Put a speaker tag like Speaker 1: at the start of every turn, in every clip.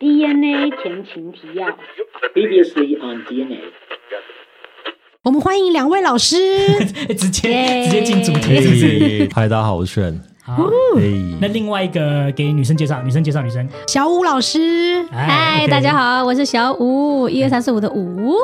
Speaker 1: DNA 前情提要。
Speaker 2: Previously on DNA，
Speaker 3: 我们欢迎两位老师，
Speaker 4: 直接
Speaker 3: 耶
Speaker 4: 直接进主题是不是？
Speaker 5: 嘿嗨，大家好，我是炫。
Speaker 4: 好，那
Speaker 5: 嘿，
Speaker 4: 另外一个给女生介绍，女生介绍女生。哎
Speaker 3: 小五老师。
Speaker 4: OK
Speaker 6: 嗨，大家。好，我是小五，一二三四五的五。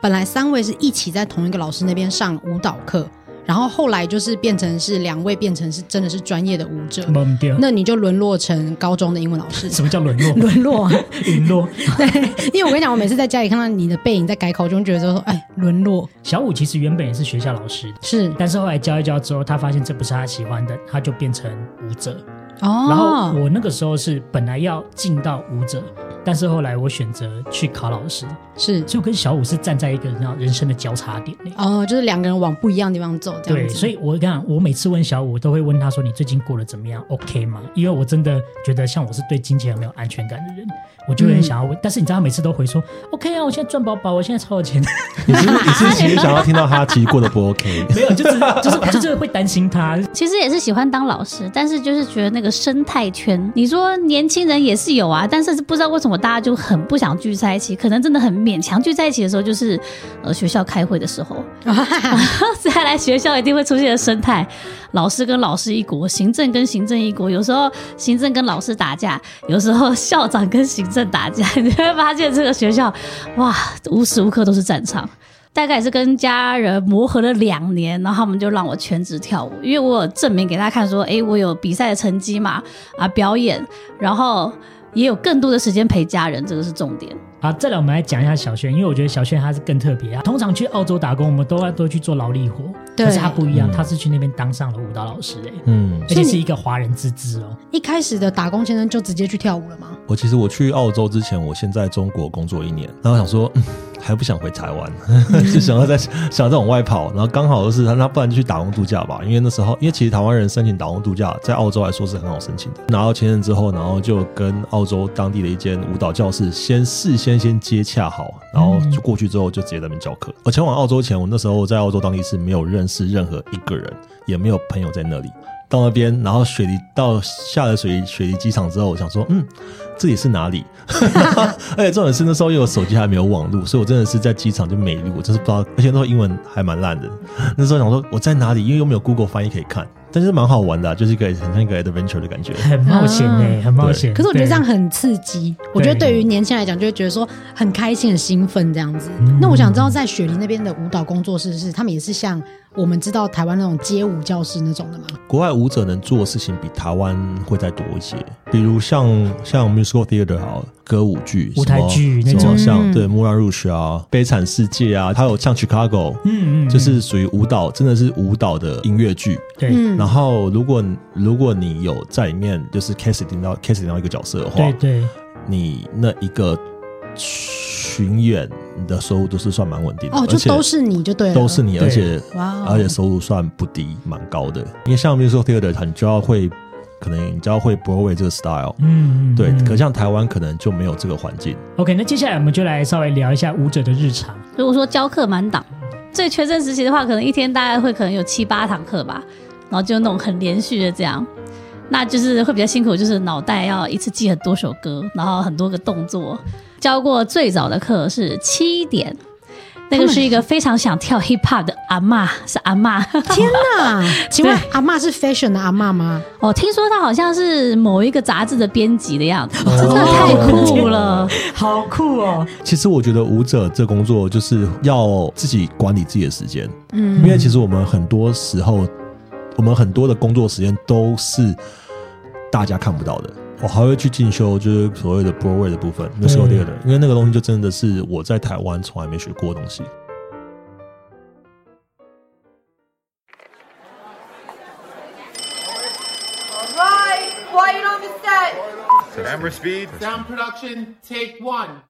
Speaker 3: 本来三位是一起在同一个老师那边上舞蹈课，然后后来就是变成是两位变成是真的是专业的舞者，
Speaker 4: 懵掉，
Speaker 3: 那你就沦落成高中的英文老师。
Speaker 4: 什么 叫沦落？
Speaker 3: 沦落啊？
Speaker 4: 陨落。
Speaker 3: 对，因为我跟你讲，我每次在家里看到你的背影在改口中，觉得说，哎，沦落
Speaker 4: 小五其实原本也是学校老师，
Speaker 3: 是
Speaker 4: 但是后来教一教之后，他发现这不是他喜欢的，他就变成舞者。然后
Speaker 3: 哦，
Speaker 4: 我那个时候是本来要进到舞者，但是后来我选择去考老师，
Speaker 3: 是
Speaker 4: 所以我跟小五是站在一个你知道人生的交叉点欸
Speaker 3: 哦，就是两个人往不一样的地方走，这
Speaker 4: 对，
Speaker 3: 样子。
Speaker 4: 所以我跟你讲，我每次问小五，都会问他说：“你最近过得怎么样？OK 吗？”因为我真的觉得，像我是对金钱很没有安全感的人，我就会很想要问。
Speaker 3: 嗯
Speaker 4: 但是你知道，他每次都回说：“OK 啊，我现在赚饱饱，我现在超有钱。
Speaker 5: 你是不是你是其实想要听到他其实过得不 OK？”
Speaker 4: 没有，就是就是我就是会担心他。
Speaker 6: 其实也是喜欢当老师，但是就是觉得那个生态圈，你说年轻人也是有啊，但是不知道为什么大家就很不想聚在一起，可能真的很勉强聚在一起的时候，就是呃学校开会的时候， 再来学校一定会出现的生态，老师跟老师一国，行政跟行政一国，有时候行政跟老师打架，有时候校长跟行政打架，你会发现这个学校哇，无时无刻都是战场。大概也是跟家人磨合了两年，然后他们就让我全职跳舞，因为我有证明给大家看说，诶，我有比赛的成绩嘛，啊，表演，然后也有更多的时间陪家人，这个是重点。
Speaker 4: 好，再来我们来讲一下小轩，因为我觉得小轩他是更特别啊。通常去澳洲打工，我们都要都去做劳力活，
Speaker 3: 对
Speaker 4: 可是他不一样，
Speaker 5: 嗯
Speaker 4: 他是去那边当上了舞蹈老师、欸，
Speaker 5: 嗯，
Speaker 4: 而且是一个华人之资哦。
Speaker 3: 一开始的打工先生就直接去跳舞了吗？
Speaker 5: 我其实我去澳洲之前，我先在中国工作一年，然后想说、嗯、还不想回台湾， 就想要在想再往外跑，然后刚好就是那不然就去打工度假吧，因为那时候因为其实台湾人申请打工度假在澳洲来说是很好申请的，拿到签证之后，然后就跟澳洲当地的一间舞蹈教室先事先先接洽好，然后就过去之后就直接在那边教课。我前往澳洲前，我那时候在澳洲当地是没有认识任何一个人，也没有朋友在那里。到那边，然后雪梨到下了雪梨雪梨机场之后，我想说，嗯，这里是哪里？ 而且重点是那时候因为我手机还没有网络，所以我真的是在机场就没路，我真是不知道。而且那时候英文还蛮烂的，那时候想说我在哪里，因为又没有 Google 翻译可以看，但是蛮好玩的啊、就是一个很像一个 adventure 的感觉。
Speaker 4: 很冒险哎、很冒险。
Speaker 3: 嗯可是我觉得
Speaker 4: 对
Speaker 3: 这样很刺激，我觉得对于年轻人来讲，就会觉得说很开心、很兴奋这样子。那我想知道，在雪梨那边的舞蹈工作室是他们也是像我们知道台湾那种街舞教室那种的吗？
Speaker 5: 国外舞者能做的事情比台湾会再多一些，比如像像 musical theater 好了歌舞剧、
Speaker 4: 舞台剧
Speaker 5: 什么
Speaker 4: 那
Speaker 5: 什
Speaker 4: 种
Speaker 5: 么像
Speaker 3: 嗯
Speaker 5: 对《木兰入学》啊，《悲惨世界》啊，还有像 Chicago，
Speaker 4: 嗯嗯，
Speaker 5: 就是属于舞蹈，真的是舞蹈的音乐剧。
Speaker 4: 对。
Speaker 3: 嗯
Speaker 5: 然，后，如果如果你有在里面就是 casting 到 casting 到一个角色的话，
Speaker 4: 对对，
Speaker 5: 你那一个巡演你的收入都是算蛮稳定的，
Speaker 3: 哦，
Speaker 5: 而
Speaker 3: 就
Speaker 5: 且
Speaker 3: 都是你就对了，
Speaker 5: 都是你，
Speaker 4: 对
Speaker 5: 而且
Speaker 3: 哇哦
Speaker 5: 而且收入算不低，蛮高的。因为像 musical theater，你就要会，可能你就要会 Broadway 这个 style，、
Speaker 4: 嗯，嗯
Speaker 5: 对。
Speaker 4: 嗯
Speaker 5: 可像台湾可能就没有这个环境，
Speaker 4: OK，那接下来我们就来稍微聊一下舞者的日常。
Speaker 6: 如果说教课满档，最全盛时期的话，可能一天大概会可能有七八堂课吧，然后就那种很连续的这样，那就是会比较辛苦，就是脑袋要一次记很多首歌，然后很多个动作。教过最早的课是七点。那个是一个非常想跳 hip hop 的阿嬷，是阿嬷。
Speaker 3: 天哪！请问阿嬷是 fashion 的阿嬷吗？
Speaker 6: 哦，听说她好像是某一个杂志的编辑的样子，真的太酷了。
Speaker 4: 好酷哦！
Speaker 5: 其实我觉得舞者这工作就是要自己管理自己的时间，
Speaker 3: 嗯，
Speaker 5: 因为其实我们很多时候，我们很多的工作时间都是大家看不到的。我还会去进修，就是所谓的 Broadway 的部分 musical theater，、因为那个东西就真的是我在台湾从来没学过的东西。
Speaker 7: Right, quiet on the set.
Speaker 8: Camera speed.
Speaker 9: Sound production, take one.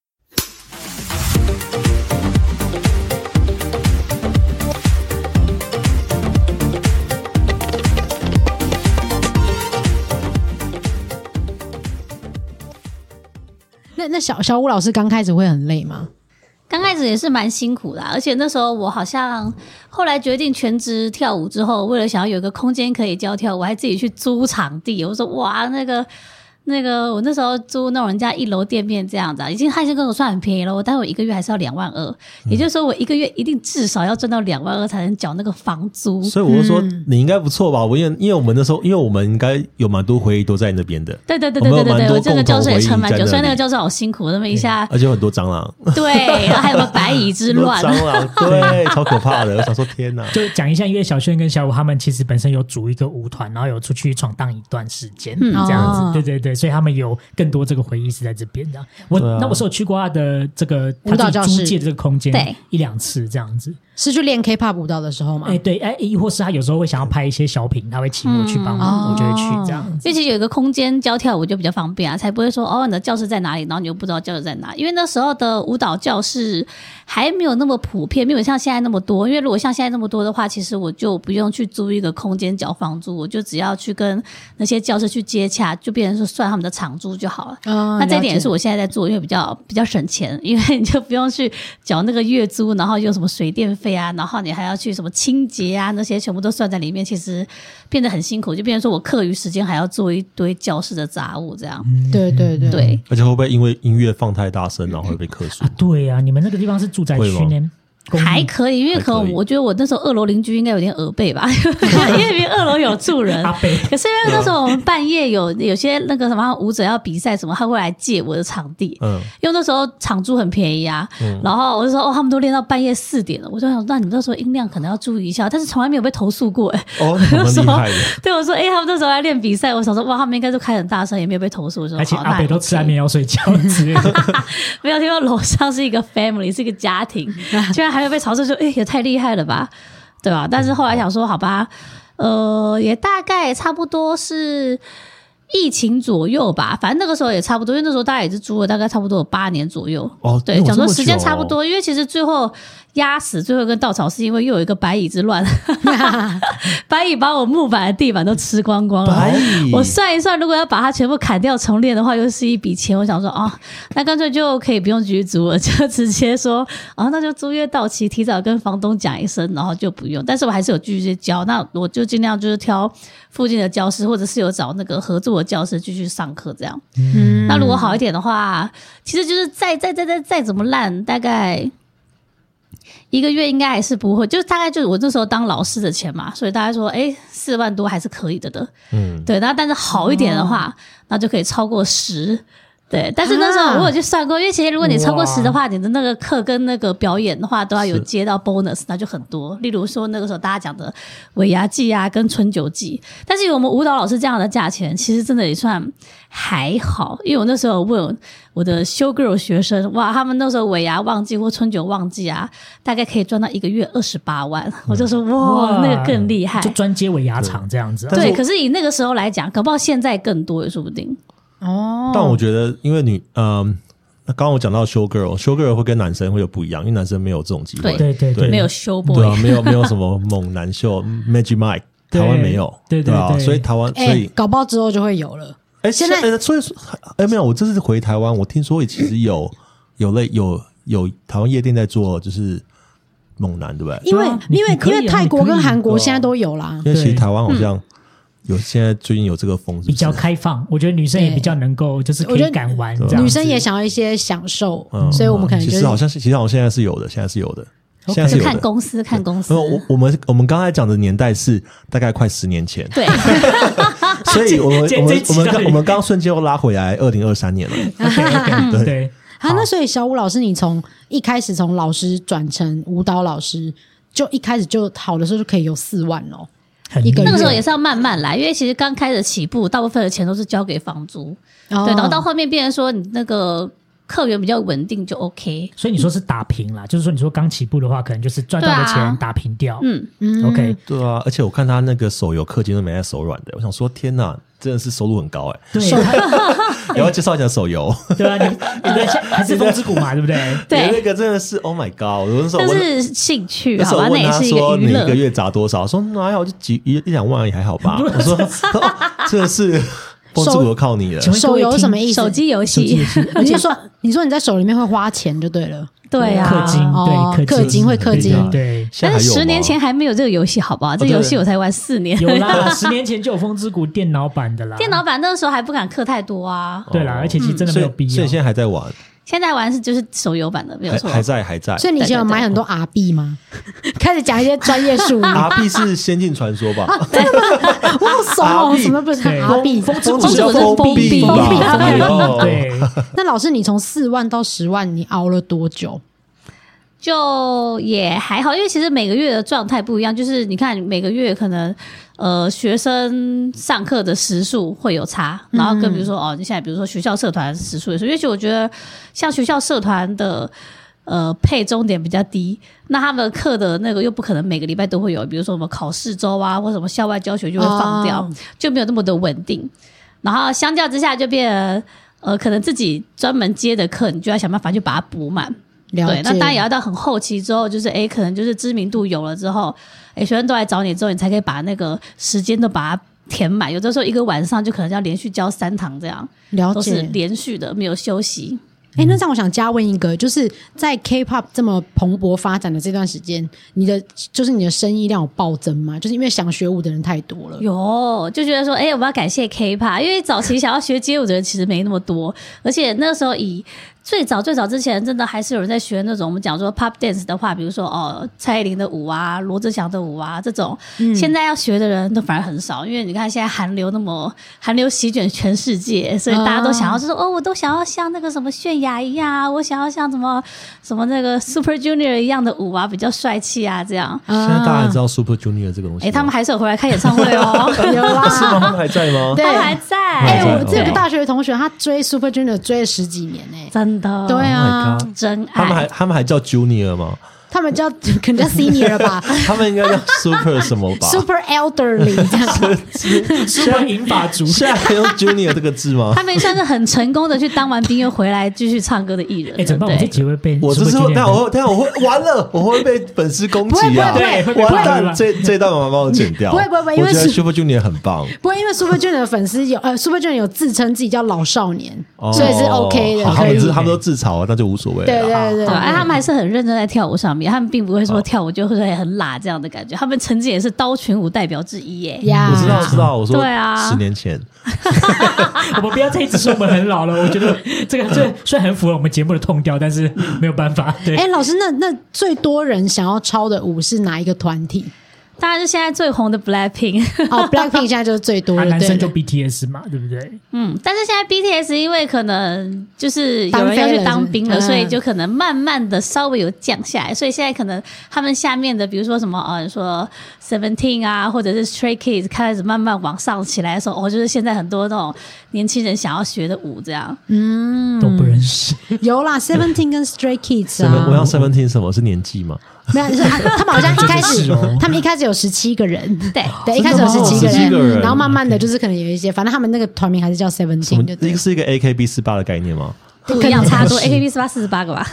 Speaker 3: 那那小小吴老师刚开始会很累吗？
Speaker 6: 刚开始也是蛮辛苦的啊、而且那时候我好像后来决定全职跳舞之后，为了想要有一个空间可以教跳舞，我还自己去租场地。我说哇，那个那个我那时候租那种人家一楼店面这样子、啊，已经他已经跟我算很便宜了，我待会一个月还是要两万二，
Speaker 5: 嗯
Speaker 6: 也就是说我一个月一定至少要赚到两万二才能缴那个房租。
Speaker 5: 所以我就说
Speaker 3: 嗯
Speaker 5: 你应该不错吧？我因为因为我们那时候，因为我们应该有蛮多回忆都在那边的，
Speaker 6: 对对对
Speaker 5: 我
Speaker 6: 对对
Speaker 5: 们有
Speaker 6: 对
Speaker 5: 蛮
Speaker 6: 对，
Speaker 5: 多
Speaker 6: 我这个
Speaker 5: 共同
Speaker 6: 教授也
Speaker 5: 回忆
Speaker 6: 撑蛮
Speaker 5: 在
Speaker 6: 久，
Speaker 5: 那
Speaker 6: 所以那个
Speaker 5: 里
Speaker 6: 教授好辛苦，那么一 下，
Speaker 5: 而且有很多蟑螂，
Speaker 6: 对，然后还有个白蚁之 乱，
Speaker 5: 蟑螂对，超可怕的。我想说，天哪！
Speaker 4: 就讲一下，因为小轩跟小五他们其实本身有组一个舞团，然后有出去闯荡一段时间，
Speaker 6: 嗯
Speaker 4: 这样子
Speaker 3: 哦，
Speaker 4: 对对对，所以他们有更多这个回忆是在这边的。我
Speaker 5: 对啊
Speaker 4: 那我是有去过他的这个
Speaker 3: 舞蹈
Speaker 4: 他自己
Speaker 3: 教室
Speaker 4: 租借的这个空间，
Speaker 6: 对
Speaker 4: 一两次这样子。
Speaker 3: 是去练 K-pop 舞蹈的时候嘛？
Speaker 4: 哎，对，哎，亦或是他有时候会想要拍一些小品，他会请我去帮忙，
Speaker 3: 嗯
Speaker 4: 我就会去这样子。
Speaker 6: 尤其有一个空间教跳舞就比较方便啊，才不会说哦你的教室在哪里，然后你又不知道教室在哪。因为那时候的舞蹈教室还没有那么普遍，没有像现在那么多。因为如果像现在那么多的话，其实我就不用去租一个空间缴房租，我就只要去跟那些教室去接洽，就变成是算他们的场租就好了。
Speaker 3: 嗯
Speaker 6: 那这一点也
Speaker 3: 了解
Speaker 6: 是我现在在做，因为比较比较省钱，因为你就不用去缴那个月租，然后有什么水电费啊，然后你还要去什么清洁啊，那些全部都算在里面，其实变得很辛苦，就变成说我课余时间还要做一堆教室的杂物，这样、
Speaker 3: 对对对，
Speaker 6: 对。
Speaker 5: 而且会不会因为音乐放太大声，然后会被克数
Speaker 4: 啊？，对呀、你们那个地方是住宅
Speaker 5: 会
Speaker 4: 区
Speaker 5: 吗
Speaker 4: 呢，公寓
Speaker 6: 还可以，因为
Speaker 5: 还
Speaker 6: 可
Speaker 5: 可以
Speaker 6: 能我觉得我那时候二楼邻居应该有点耳背吧， 因为二楼有住人，
Speaker 4: 阿北。
Speaker 6: 可是因为那时候我们半夜有有些那个什么舞者要比赛什么，他会来借我的场地，
Speaker 5: 嗯，
Speaker 6: 因为那时候场租很便宜啊。
Speaker 4: 嗯
Speaker 6: 然后我就说哦，他们都练到半夜四点了，我就想那你们那时候音量可能要注意一下，但是从来没有被投诉过、欸。
Speaker 5: 哦，那蛮厉害的。
Speaker 6: 对我说，哎、他们那时候来练比赛，我想说哇，他们应该都开很大声，也没有被投诉。我说
Speaker 4: 而且
Speaker 6: 好，那
Speaker 4: 阿北
Speaker 6: 也
Speaker 4: 都
Speaker 6: OK
Speaker 4: 吃安眠药睡觉之 类的，
Speaker 6: 没有听到楼上是一个 family，是一个家 庭，居然还会被嘲笑，就哎、诶也太厉害了吧，对吧？但是后来想说，好吧，呃，也大概差不多是。疫情左右吧，反正那个时候也差不多，因为那时候大家也是租了大概差不多有八年左右。
Speaker 5: 哦
Speaker 6: 对
Speaker 5: 有，
Speaker 6: 讲
Speaker 5: 这
Speaker 6: 说
Speaker 5: 么
Speaker 6: 时间
Speaker 5: 久
Speaker 6: 差不
Speaker 5: 哦
Speaker 6: 多，因为其实最后压死最后一根稻草，是因为又有一个白蚁之乱， 白蚁把我木板的地板都吃光光了。
Speaker 5: 白蚁
Speaker 6: 我算一算，如果要把它全部砍掉重练的话，又是一笔钱。我想说，哦，那干脆就可以不用续租了，就直接说，哦，那就租约到期，提早跟房东讲一声，然后就不用。但是我还是有继续教，那我就尽量就是挑附近的教室，或者是有找那个合作的教室继续上课这样。
Speaker 3: 嗯
Speaker 6: 那如果好一点的话，其实就是再再再再再怎么烂，大概一个月应该还是不会，就是大概就是我那时候当老师的钱嘛，所以大家说，哎，四万多还是可以的的。
Speaker 5: 嗯，
Speaker 6: 对，那但是好一点的话，那就可以超过十。对，但是那时
Speaker 3: 啊
Speaker 6: 候我有去算过，因为其实如果你超过
Speaker 4: 哇
Speaker 6: 十的话，你的那个课跟那个表演的话都要有
Speaker 5: 是
Speaker 6: 接到 bonus，那就很多。例如说那个时候大家讲的尾牙季啊，跟春酒季，但是有我们舞蹈老师这样的价钱，其实真的也算还好。因为我那时候有问我的 show girl 学生，哇，他们那时候尾牙旺季或春酒旺季啊，大概可以赚到一个月二十八
Speaker 5: 嗯
Speaker 6: 万，我就说哇，那个更厉害，
Speaker 4: 就专接尾牙厂这样子啊。
Speaker 5: 但是
Speaker 6: 对，
Speaker 5: 我
Speaker 6: 可是以那个时候来讲，搞不好现在更多也说不定。
Speaker 3: 哦，
Speaker 5: 但我觉得，因为女，嗯，那刚刚我讲到 show girl，show girl 会跟男生会有不一样，因为男生没有这种机会，
Speaker 6: 对
Speaker 4: 对对
Speaker 5: 对
Speaker 6: 没有 show boy，
Speaker 5: 对啊，没有没有什么猛男秀 Magic Mike。台湾
Speaker 4: 对
Speaker 5: 没有，
Speaker 4: 对对
Speaker 5: 啊，
Speaker 4: 对
Speaker 5: 所以台湾，所
Speaker 3: 哎
Speaker 5: 以，
Speaker 3: 搞不好之后就会有了。
Speaker 5: 哎，
Speaker 3: 现
Speaker 5: 是
Speaker 3: 在
Speaker 5: 哎所以说，哎，没有，我这次回台湾，我听说其实有有类有有台湾夜店在做，就是猛男，对不对？
Speaker 3: 因为
Speaker 4: 对啊你
Speaker 3: 因为
Speaker 4: 你可以
Speaker 3: 因
Speaker 4: 啊
Speaker 3: 为泰国跟韩国
Speaker 5: 你可以
Speaker 3: 现在都有啦，
Speaker 5: 因为其实
Speaker 4: 对
Speaker 5: 台湾好像有现在最近有这个风，是不
Speaker 4: 比
Speaker 5: 是
Speaker 4: 较开放，我觉得女生也比较能够，就是可
Speaker 3: 我觉
Speaker 4: 以
Speaker 3: 得
Speaker 4: 敢玩这样子。
Speaker 3: 女生也想要一些享受，
Speaker 5: 嗯
Speaker 3: 所以我们可能
Speaker 5: 其
Speaker 3: 就
Speaker 5: 实好
Speaker 3: 是
Speaker 5: 像是，其实好像现在是有的，现在是有的，现在
Speaker 6: 就
Speaker 5: 是
Speaker 6: 哦
Speaker 5: 有
Speaker 6: 看
Speaker 5: 的。
Speaker 6: 公司，看公司，
Speaker 5: 没有，。我我们我们刚才讲的年代是大概快十年前
Speaker 6: 对，
Speaker 5: 所以我们
Speaker 4: 这这
Speaker 5: 我们
Speaker 4: 一集
Speaker 5: 我们刚
Speaker 4: 到底
Speaker 5: 我们刚瞬间又拉回来二零二三年了。
Speaker 4: OK，OK，对，
Speaker 3: 啊。那所以小武老师，你从一开始从老师转成舞蹈老师，就一开始就好的时候就可以有四万哦。
Speaker 4: 很
Speaker 3: 一个
Speaker 4: 厉
Speaker 6: 那
Speaker 4: 害
Speaker 6: 个时候也是要慢慢来，因为其实刚开始起步，大部分的钱都是交给房租，
Speaker 3: 对
Speaker 6: 对，然后到后面变成说你那个客源比较稳定就 OK。
Speaker 4: 所以你说是打平啦，就是说你说刚起步的话，可能就是赚到的
Speaker 6: 对啊
Speaker 4: 钱打平掉。
Speaker 6: 嗯，
Speaker 4: OK，
Speaker 5: 对啊，而且我看他那个手游氪金都没在手软的，我想说天哪，真的是收入很高 哎、
Speaker 4: 对他
Speaker 5: 也要介绍一下手游，
Speaker 4: 对啊，你你的还是风之谷嘛，对不
Speaker 6: 哎
Speaker 4: 对？
Speaker 5: 你那
Speaker 6: 对，
Speaker 5: 个真的是 Oh my God！我那时候
Speaker 6: 但
Speaker 5: 问，
Speaker 6: 是兴趣
Speaker 5: 那时
Speaker 6: 好
Speaker 5: 候
Speaker 6: 吧，那
Speaker 5: 问
Speaker 6: 也
Speaker 5: 他
Speaker 6: 是一
Speaker 5: 说
Speaker 6: 个
Speaker 5: 你
Speaker 6: 娱
Speaker 5: 一个
Speaker 6: 乐。
Speaker 5: 月砸多少，说哪有就几一一两万而已还好 吧？我说 哦真的是风之谷都靠你了
Speaker 4: 请。问各
Speaker 3: 手
Speaker 4: 位
Speaker 3: 游
Speaker 4: 听
Speaker 3: 什么意思？
Speaker 6: 手机游
Speaker 4: 手机
Speaker 6: 戏
Speaker 4: 也，是，而
Speaker 3: 你
Speaker 4: 且
Speaker 3: 是说你说你在手里面会花钱就对了，
Speaker 6: 对啊，
Speaker 4: 氪金，
Speaker 3: 哦
Speaker 4: 对，氪
Speaker 3: 氪金会氪金
Speaker 4: 对对。
Speaker 5: 现
Speaker 6: 但
Speaker 5: 在还
Speaker 6: 是
Speaker 5: 有吗哦
Speaker 6: 十年前还没有这个游戏，好不好？这
Speaker 5: 对
Speaker 6: 游戏我才玩四 年，
Speaker 4: 有啦，十年前就有《风之谷》电脑版的啦。
Speaker 6: 电脑版那个时候还不敢氪太多啊。
Speaker 4: 对啦，
Speaker 5: 哦
Speaker 4: 而且其实真的没
Speaker 5: 所
Speaker 4: 有必
Speaker 5: 以
Speaker 4: 要。
Speaker 5: 所以现在还在玩，
Speaker 6: 现在玩是就是手游版的，没有
Speaker 5: 还
Speaker 6: 错。
Speaker 5: 还在还在。
Speaker 3: 所以你以前有买很多 R B 吗？ 开始讲一些专业 术语，
Speaker 5: R P 是《仙境 传说》吧？
Speaker 3: 哦我好怂哦，
Speaker 5: RB
Speaker 3: 什么不是
Speaker 4: 对
Speaker 3: R B？
Speaker 4: 风之谷
Speaker 6: 风之谷是
Speaker 5: 封闭
Speaker 6: 封
Speaker 5: 吧
Speaker 6: 闭
Speaker 5: 封闭哦
Speaker 4: 对，
Speaker 3: 那老师，你从四万到十万，你熬了多久？
Speaker 6: 就也还好，因为其实每个月的状态不一样，就是你看每个月可能呃学生上课的时数会有差，然后跟比如说、哦，你现在比如说学校社团时数也是，因为其实我觉得像学校社团的。呃，配终点比较低，那他们课的那个又不可能每个礼拜都会有，比如说什么考试周啊，或什么校外教学就会放掉，
Speaker 3: 哦
Speaker 6: 就没有那么的稳定。然后相较之下，就变得呃，可能自己专门接的课，你就要想办法去把它补满。
Speaker 3: 了
Speaker 6: 对，
Speaker 3: 解，
Speaker 6: 那当然也要到很后期之后，就是哎，诶可能就是知名度有了之后，哎，学生都来找你之后，你才可以把那个时间都把它填满。有的时候一个晚上就可能要连续教三堂，这样
Speaker 3: 了
Speaker 6: 都是
Speaker 3: 解。
Speaker 6: 连续的，没有休息。
Speaker 3: 哎、
Speaker 5: 嗯
Speaker 3: 那这样我想加问一个，就是在 K-pop 这么蓬勃发展的这段时间，你的就是你的生意量有暴增吗？就是因为想学舞的人太多了。
Speaker 6: 有就觉得说，哎、我们要感谢 K-pop，因为早期想要学街舞的人其实没那么多，而且那时候以最早最早之前，真的还是有人在学那种我们讲说 pop dance 的话，比如说哦蔡依林的舞啊、罗志祥的舞啊这种，现在要学的人都反而很少，因为你看现在韩流那么韩流席卷全世界，所以大家都想要就是、哦，我都想要像那个什么泫雅一样啊，我想要像什么什么那个 Super Junior 一样的舞啊，比较帅气啊这样。
Speaker 5: 现在大家知道 Super Junior 这个东西吗。
Speaker 6: 哎、他们还是有回来开演唱会哦，
Speaker 3: 有啦，
Speaker 5: 是吗？他们还在吗？
Speaker 3: 对
Speaker 6: 他们还在。
Speaker 3: 哎、
Speaker 5: 还在
Speaker 3: 我这个
Speaker 5: 哦
Speaker 3: 大学的同学，他追 Super Junior 追了十几年呢、
Speaker 6: 真的，
Speaker 3: 对啊
Speaker 5: Oh my god
Speaker 6: 真
Speaker 5: 他们还
Speaker 6: 爱。
Speaker 5: 他们还叫 Junior 吗？
Speaker 3: 他们叫可能叫 Senior 了 吧
Speaker 5: 他们应该叫 Super 什么吧
Speaker 3: 啊，Super Elderly 这 样。
Speaker 4: 现在银发族
Speaker 5: 现在还用 Junior 这个字吗
Speaker 6: 他？们也算是很成功的去当完兵又回来继续唱歌的艺人
Speaker 4: 哎，
Speaker 6: 了，
Speaker 4: 怎么办？我这
Speaker 6: 对，
Speaker 4: 集会被
Speaker 5: 我这是
Speaker 4: Super Junior
Speaker 5: 那我等下我会完了，我会被粉丝攻击啊！
Speaker 3: 不会
Speaker 4: 不会不会
Speaker 5: 完
Speaker 4: 不会
Speaker 5: 蛋，这这段麻烦帮我剪掉。
Speaker 3: 不会不会不会因
Speaker 5: 我
Speaker 3: 为
Speaker 5: 觉得
Speaker 3: 是
Speaker 5: Super Junior 很棒，
Speaker 3: 不过因为 Super Junior 的粉丝有呃 Super Junior 有自称自己叫老少年，
Speaker 5: 哦
Speaker 3: 所以是 OK 的，
Speaker 5: 好他
Speaker 3: 可
Speaker 5: 们
Speaker 3: 以
Speaker 5: 是。他们都自嘲，啊那就无所谓
Speaker 3: 对
Speaker 5: 了啦。
Speaker 3: 对对
Speaker 6: 对，哎，
Speaker 3: 对，
Speaker 6: 他们还是很认真在跳舞上面，他们并不会说
Speaker 5: 哦
Speaker 6: 跳舞就会很拉这样的感觉，他们曾经也是刀群舞代表之一耶。
Speaker 3: 呀
Speaker 5: 我知道，我知道，我说
Speaker 6: 对啊
Speaker 5: 十年前，
Speaker 4: 我们不要再一直说我们很老了。我觉得这个 这虽然很符合我们节目的痛调，但是没有办法。对
Speaker 3: 哎、，老师，那那最多人想要抄的舞是哪一个团体？
Speaker 6: 当然是现在最红的 Blackpink，
Speaker 3: 哦，Blackpink 现在就是最多
Speaker 4: 啊，
Speaker 3: 的，
Speaker 4: 男
Speaker 3: 对
Speaker 4: 生就
Speaker 3: 的。
Speaker 4: BTS 嘛，对不对？
Speaker 6: 嗯，但是现在 BTS 因为可能就是有
Speaker 3: 当
Speaker 6: 人要
Speaker 3: 飞
Speaker 6: 去
Speaker 3: 了
Speaker 6: 当兵了，
Speaker 3: 是不是嗯
Speaker 6: 所以就可能慢慢的稍微有降下来，所以现在可能他们下面的，比如说什么呃，你说 Seventeen 啊，或者是 Stray Kids 开始慢慢往上起来的时候，哦，就是现在很多那种年轻人想要学的舞这样。
Speaker 4: 都不认识。
Speaker 3: 有 啦，Seventeen 跟 Stray Kids
Speaker 5: 什么
Speaker 3: 啊，
Speaker 5: 我要 Seventeen 什么是年纪吗？
Speaker 3: 没有，是啊他们好像一开
Speaker 4: 真的
Speaker 3: 始
Speaker 4: 是哦，
Speaker 3: 他们一开始有十七个人，
Speaker 6: 对
Speaker 3: 对，一开始有
Speaker 5: 真
Speaker 3: 十
Speaker 5: 的吗
Speaker 3: 七
Speaker 5: 17个人
Speaker 3: 然后慢慢的就是可能有一些，反正他们那个团名还是叫
Speaker 5: 什么
Speaker 3: Seventeen，就
Speaker 5: 一
Speaker 3: 对
Speaker 5: 个。是一个 AKB 四八的概念吗？
Speaker 6: 不一样，差多 AKB 四八四十八个吧。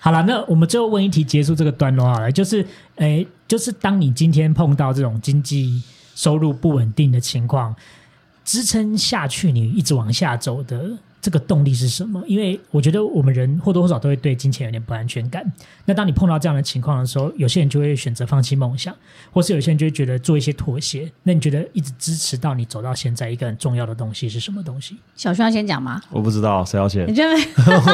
Speaker 4: 好了，那我们最后问一题结束这个段落好了，就是，诶，就是当你今天碰到这种经济收入不稳定的情况，支撑下去你一直往下走的这个动力是什么？因为我觉得我们人或多或少都会对金钱有点不安全感。那当你碰到这样的情况的时候，有些人就会选择放弃梦想，或是有些人就会觉得做一些妥协。那你觉得一直支持到你走到现在一个很重要的东西是什么东西？
Speaker 6: 小轩要先讲吗？
Speaker 5: 我不知道谁要 先
Speaker 6: 你，觉得没？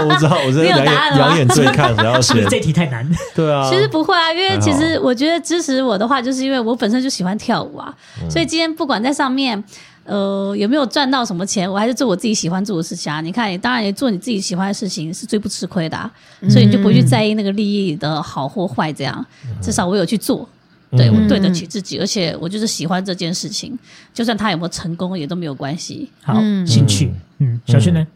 Speaker 5: 我知道，我真的
Speaker 6: 你有
Speaker 5: 两
Speaker 6: 答案
Speaker 5: 眼
Speaker 6: 了吗
Speaker 5: 两眼对看谁要
Speaker 4: 是不
Speaker 5: 先
Speaker 4: 是？这题太难？
Speaker 5: 对啊，
Speaker 6: 其实不会啊，因为
Speaker 5: 还好
Speaker 6: 其实我觉得支持我的话，就是因为我本身就喜欢跳舞啊，所以今天不管在上面。呃，有没有赚到什么钱？我还是做我自己喜欢做的事情啊。你看，你当然也做你自己喜欢的事情是最不吃亏的、啊，所以你就不会去在意那个利益的好或坏。这样，至少我有去做，对我对得起自己，而且我就是喜欢这件事情，就算他有没有成功也都没有关系。
Speaker 4: 好，兴趣，嗯，小轩呢？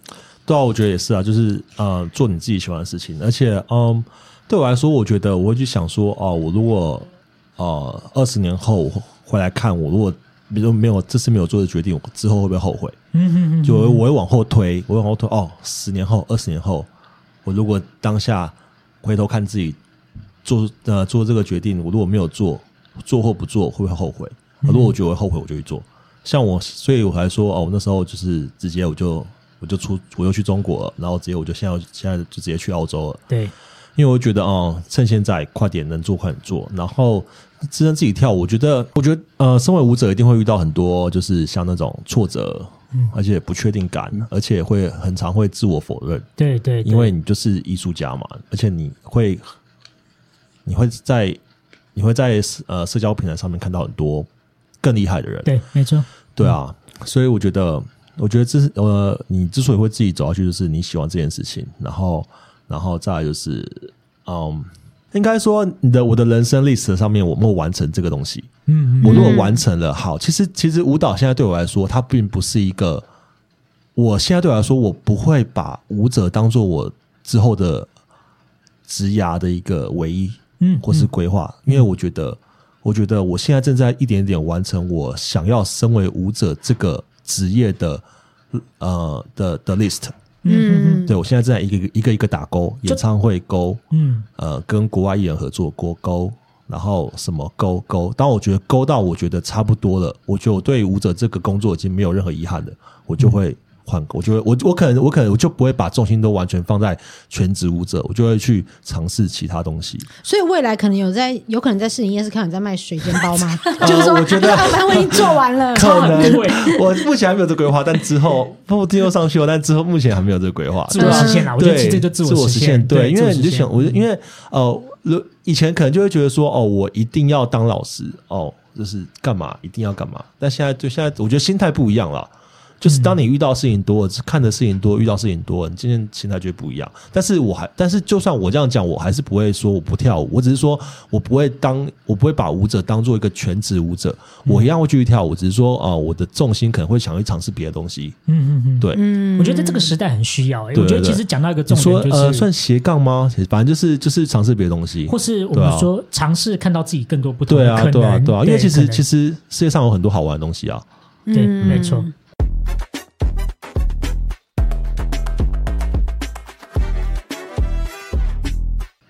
Speaker 5: 对啊，我觉得也是啊，就是呃，做你自己喜欢的事情，而且嗯，对我来说，我觉得我会去想说，哦、我如果呃二十年后回来看我，如果比如说没有这次没有做的决定，我之后会不会后悔？
Speaker 4: 嗯哼哼，
Speaker 5: 就我会往后推，我会往后推，哦，十年后、二十年后，我如果当下回头看自己做呃做这个决定，我如果没有做，做或不做，会不会后悔？如果我觉得我会后悔，我就去做。像我，所以我还说哦，我那时候就是直接我就我就出我又去中国了，然后直接我就现在现在就直接去澳洲了。
Speaker 4: 对，
Speaker 5: 因为我觉得哦、趁现在快点能做快点做，然后自身自己跳，我觉得，我觉得呃，身为舞者一定会遇到很多就是像那种挫折，而且不确定感，而且会很常会自我否认，
Speaker 4: 对对，对
Speaker 5: 因为你就是艺术家嘛，而且你会你会在你会在呃社交平台上面看到很多更厉害的人，
Speaker 4: 对，没错，
Speaker 5: 对啊，所以我觉得，我觉得这是呃，你之所以会自己走下去，就是你喜欢这件事情，然后，然后再来就是，嗯，应该说你的我的人生历史上面，我没有完成这个东西。
Speaker 4: 嗯，嗯
Speaker 5: 我如果完成了，好，其实其实舞蹈现在对我来说，它并不是一个，我现在对我来说，我不会把舞者当做我之后的职涯的一个唯一，
Speaker 4: 嗯
Speaker 5: 或是规划，因为我觉得，我觉得我现在正在一点点完成我想要身为舞者这个职业的呃的的 list，
Speaker 3: 嗯，
Speaker 5: 对我现在正在一个一个一个一个打勾，演唱会勾，
Speaker 4: 嗯，
Speaker 5: 呃，跟国外艺人合作过勾，然后什么勾勾。当我觉得勾到我觉得差不多了，我觉得我对舞者这个工作已经没有任何遗憾了，我就会换，我就会我我可能我可能我就不会把重心都完全放在全职舞者，我就会去尝试其他东西。
Speaker 3: 所以未来可能有在，有可能在市营夜市看到你在卖水煎包 吗？就是
Speaker 5: 呃
Speaker 3: 说，
Speaker 5: 我觉 得
Speaker 3: 二班我已经做完了，
Speaker 5: 可能
Speaker 4: 对
Speaker 5: 我目前还没有这个规划，但之后不听说上去了，但之后目前还没有这个规划。
Speaker 4: 自我实现啊啦，我觉
Speaker 5: 对，
Speaker 4: 得这就
Speaker 5: 自
Speaker 4: 我
Speaker 5: 实
Speaker 4: 现，
Speaker 5: 对，因
Speaker 4: 自我
Speaker 5: 为
Speaker 4: 实
Speaker 5: 你就
Speaker 4: 现嗯
Speaker 5: 想，我就因为哦，如以前可能就会觉得说，哦，我一定要当老师，哦，就是干嘛一定要干嘛。但现在对现在，我觉得心态不一样了。就是当你遇到事情多，看的事情多，遇到事情多，你今天心态就会不一样。但是我还，但是就算我这样讲，我还是不会说我不跳舞，我只是说我不会当，我不会把舞者当做一个全职舞者，我一样会继续跳舞，只是说啊、呃我的重心可能会想去尝试别的东西。
Speaker 4: 嗯嗯嗯，
Speaker 5: 对，
Speaker 4: 我觉得在这个时代很需要、欸。
Speaker 5: 对
Speaker 4: 我觉得
Speaker 5: 对
Speaker 4: 其实讲到一个
Speaker 5: 你
Speaker 4: 重
Speaker 5: 说
Speaker 4: 点，就是、
Speaker 5: 呃，算斜杠吗？反正就是就是尝试别的东西，
Speaker 4: 或是我
Speaker 5: 对啊
Speaker 4: 们说尝试看到自己更多不同
Speaker 5: 对
Speaker 4: 的可
Speaker 5: 啊，
Speaker 4: 能，
Speaker 5: 对啊，对啊，因为其
Speaker 4: 可
Speaker 5: 实
Speaker 4: 能
Speaker 5: 其实世界上有很多好玩的东西啊。
Speaker 4: 对，没错。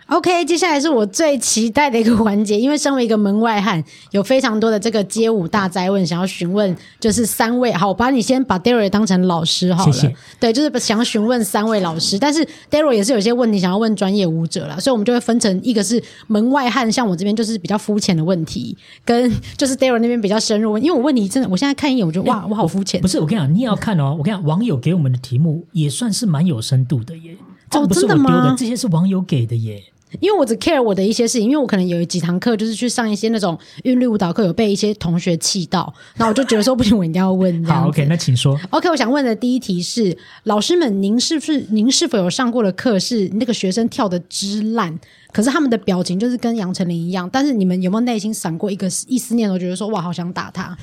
Speaker 3: OK，接下来是我最期待的一个环节，因为身为一个门外汉，有非常多的这个街舞大灾问想要询问，就是三位。好，我把你先把 Daryl 当成老师好了，
Speaker 4: 谢谢
Speaker 3: 对，就是想要询问三位老师，但是 Daryl 也是有一些问题想要问专业舞者啦，所以我们就会分成一个是门外汉，像我这边就是比较肤浅的问题，跟就是 Daryl 那边比较深入问，因为我问题真的，我现在看一眼，我觉得哇，我好肤浅
Speaker 4: 不，是，我跟你讲，你也要看哦。我跟你讲，网友给我们的题目也算是蛮有深度的耶。这个不是我
Speaker 3: 哦真的
Speaker 4: 丢
Speaker 3: 吗
Speaker 4: 的，这些是网友给的耶。
Speaker 3: 因为我只 care 我的一些事情，因为我可能有几堂课就是去上一些那种韵律舞蹈课，有被一些同学气到，那我就觉得说不行，我一定要问。这样
Speaker 4: 好
Speaker 3: 子
Speaker 4: ，OK，那 请说。
Speaker 3: OK，我想问的第一题是，老师们，您是不是您是否有上过的课是那个学生跳的之烂，可是他们的表情就是跟杨丞琳一样，但是你们有没有内心闪过一个一丝念头，觉得说哇，好想打他？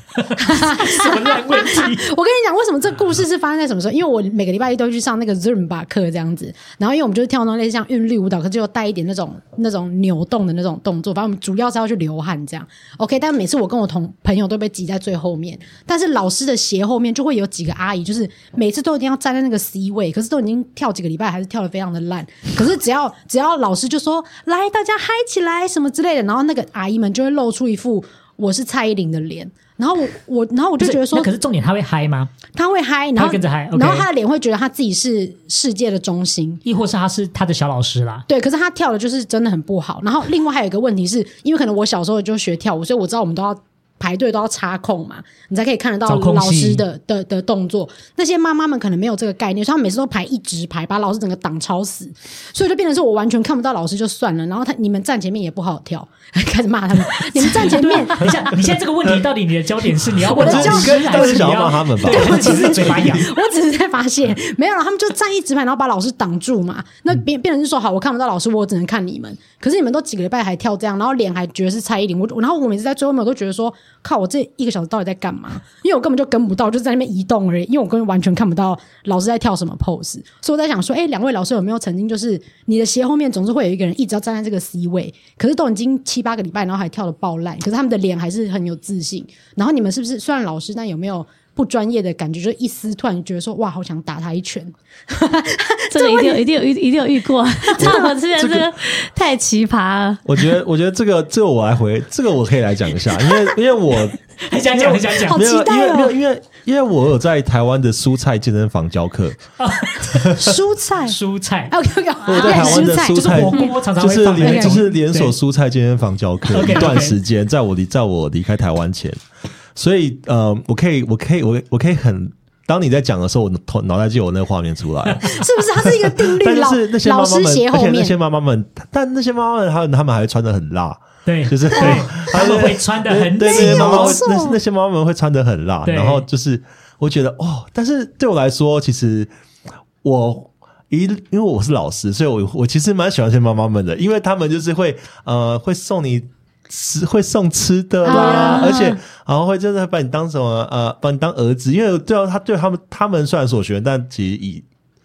Speaker 4: 什么烂问 题？
Speaker 3: 我跟你讲，为什么这故事是发生在什么时候？因为我每个礼拜一都去上那个 Zumba 课这样子，然后因为我们就是跳那种类似像韵律舞蹈，可是又带一点那种那种扭动的那种动作，反正我们主要是要去流汗这样。OK，但每次我跟我同朋友都被挤在最后面，但是老师的斜后面就会有几个阿姨，就是每次都一定要站在那个 C 位，可是都已经跳几个礼拜，还是跳的非常的烂。可是只要只要老师就说来大家嗨起来什么之类的，然后那个阿姨们就会露出一副我是蔡依林的脸。然后我我，然后我就觉得说
Speaker 4: 那，可是重点他会嗨吗？
Speaker 3: 他会嗨，然
Speaker 4: 他
Speaker 3: 后
Speaker 4: 会跟着嗨，OK
Speaker 3: 然后他的脸会觉得他自己是世界的中心。
Speaker 4: 亦或是他是他的小老师啦？
Speaker 3: 对，可是他跳的就是真的很不好。然后另外还有一个问题是，因为可能我小时候就学跳舞，所以我知道我们都要排队都要插空嘛，你才可以看得到
Speaker 4: 找空
Speaker 3: 老
Speaker 4: 隙
Speaker 3: 师的的的动作。那些妈妈们可能没有这个概念，所以她每次都排一直排，把老师整个挡超死，所以就变成是我完全看不到老师就算了。然后他你们站前面也不好好跳， 开始骂他们，你们站前面
Speaker 4: 等一下，你现在这个问题到底你的焦点是你要
Speaker 3: 啊我的
Speaker 4: 问
Speaker 3: 焦
Speaker 4: 老师
Speaker 3: 点
Speaker 4: 还
Speaker 5: 当
Speaker 4: 是
Speaker 5: 时
Speaker 4: 你
Speaker 5: 想要骂他们 吧，
Speaker 4: 对，其实嘴巴痒。嗯
Speaker 3: 我只是在发现，没有了，他们就站一直排，然后把老师挡住嘛。那别别人就说好，我看不到老师，我只能看你们。可是你们都几个礼拜还跳这样，然后脸还觉得是蔡依林，我然后我每次在最后面我都觉得说，靠，我这一个小时到底在干嘛？因为我根本就跟不到，就在那边移动而已，因为我根本完全看不到老师在跳什么 pose。所以我在想说，哎、两位老师有没有曾经就是你的斜后面总是会有一个人一直要站在这个 C 位，可是都已经七八个礼拜，然后还跳的爆烂，可是他们的脸还是很有自信。然后你们是不是虽然老师，但有没有？不专业的感觉，就一丝突然觉得说哇，好想打他一拳。
Speaker 6: 这个一定有一定有一定有遇过， 这我之前这个太奇葩了。
Speaker 5: 我觉得，我觉得这个这个我来回，这个我可以来讲一下，因为因为我
Speaker 4: 很想讲，很想讲
Speaker 3: 好。
Speaker 5: 没有，
Speaker 3: 期待
Speaker 5: 因为
Speaker 3: 哦
Speaker 5: 没有，因为因为我有在台湾的蔬菜健身房教课，
Speaker 3: 蔬菜
Speaker 4: 蔬菜
Speaker 3: ，OK OK，
Speaker 4: 啊
Speaker 5: 我在台湾的蔬
Speaker 4: 就是
Speaker 5: 菜
Speaker 4: 火锅常常
Speaker 5: 就
Speaker 4: 会
Speaker 5: 是
Speaker 4: 放的
Speaker 5: 连
Speaker 4: 那
Speaker 5: 就
Speaker 4: 种，
Speaker 5: 是连锁蔬菜健身房教课
Speaker 4: OK，OK
Speaker 5: 一段时间，在我离在我离开台湾前，所以呃，我可以我可以我我可以很，当你在讲的时候，我头脑袋就有那个画面出来。
Speaker 3: 是不是？它是一个定律，
Speaker 5: 但就
Speaker 3: 老
Speaker 5: 是那些妈
Speaker 3: 老
Speaker 5: 妈
Speaker 3: 师
Speaker 5: 们，
Speaker 3: 斜
Speaker 5: 而
Speaker 3: 后
Speaker 5: 且那
Speaker 3: 面
Speaker 5: 些妈妈们，但那些妈妈们还有他们还穿的很辣，
Speaker 4: 对，
Speaker 5: 就是 哦
Speaker 4: 对，他们会穿的很
Speaker 5: 对
Speaker 4: 紧哦
Speaker 3: 有
Speaker 5: 对，妈妈会
Speaker 3: 错
Speaker 5: 那那些妈妈们会穿的很辣，
Speaker 4: 对
Speaker 5: 然后就是我觉得哦，但是对我来说，其实我一因为我是老师，所以我我其实蛮喜欢这些妈妈们的，因为他们就是会呃会送你。吃会送吃的啦，
Speaker 3: 啊
Speaker 5: 而且然后会真的把你当什么呃，把你当儿子，因为对啊，他对他们他们虽然所学，但其实以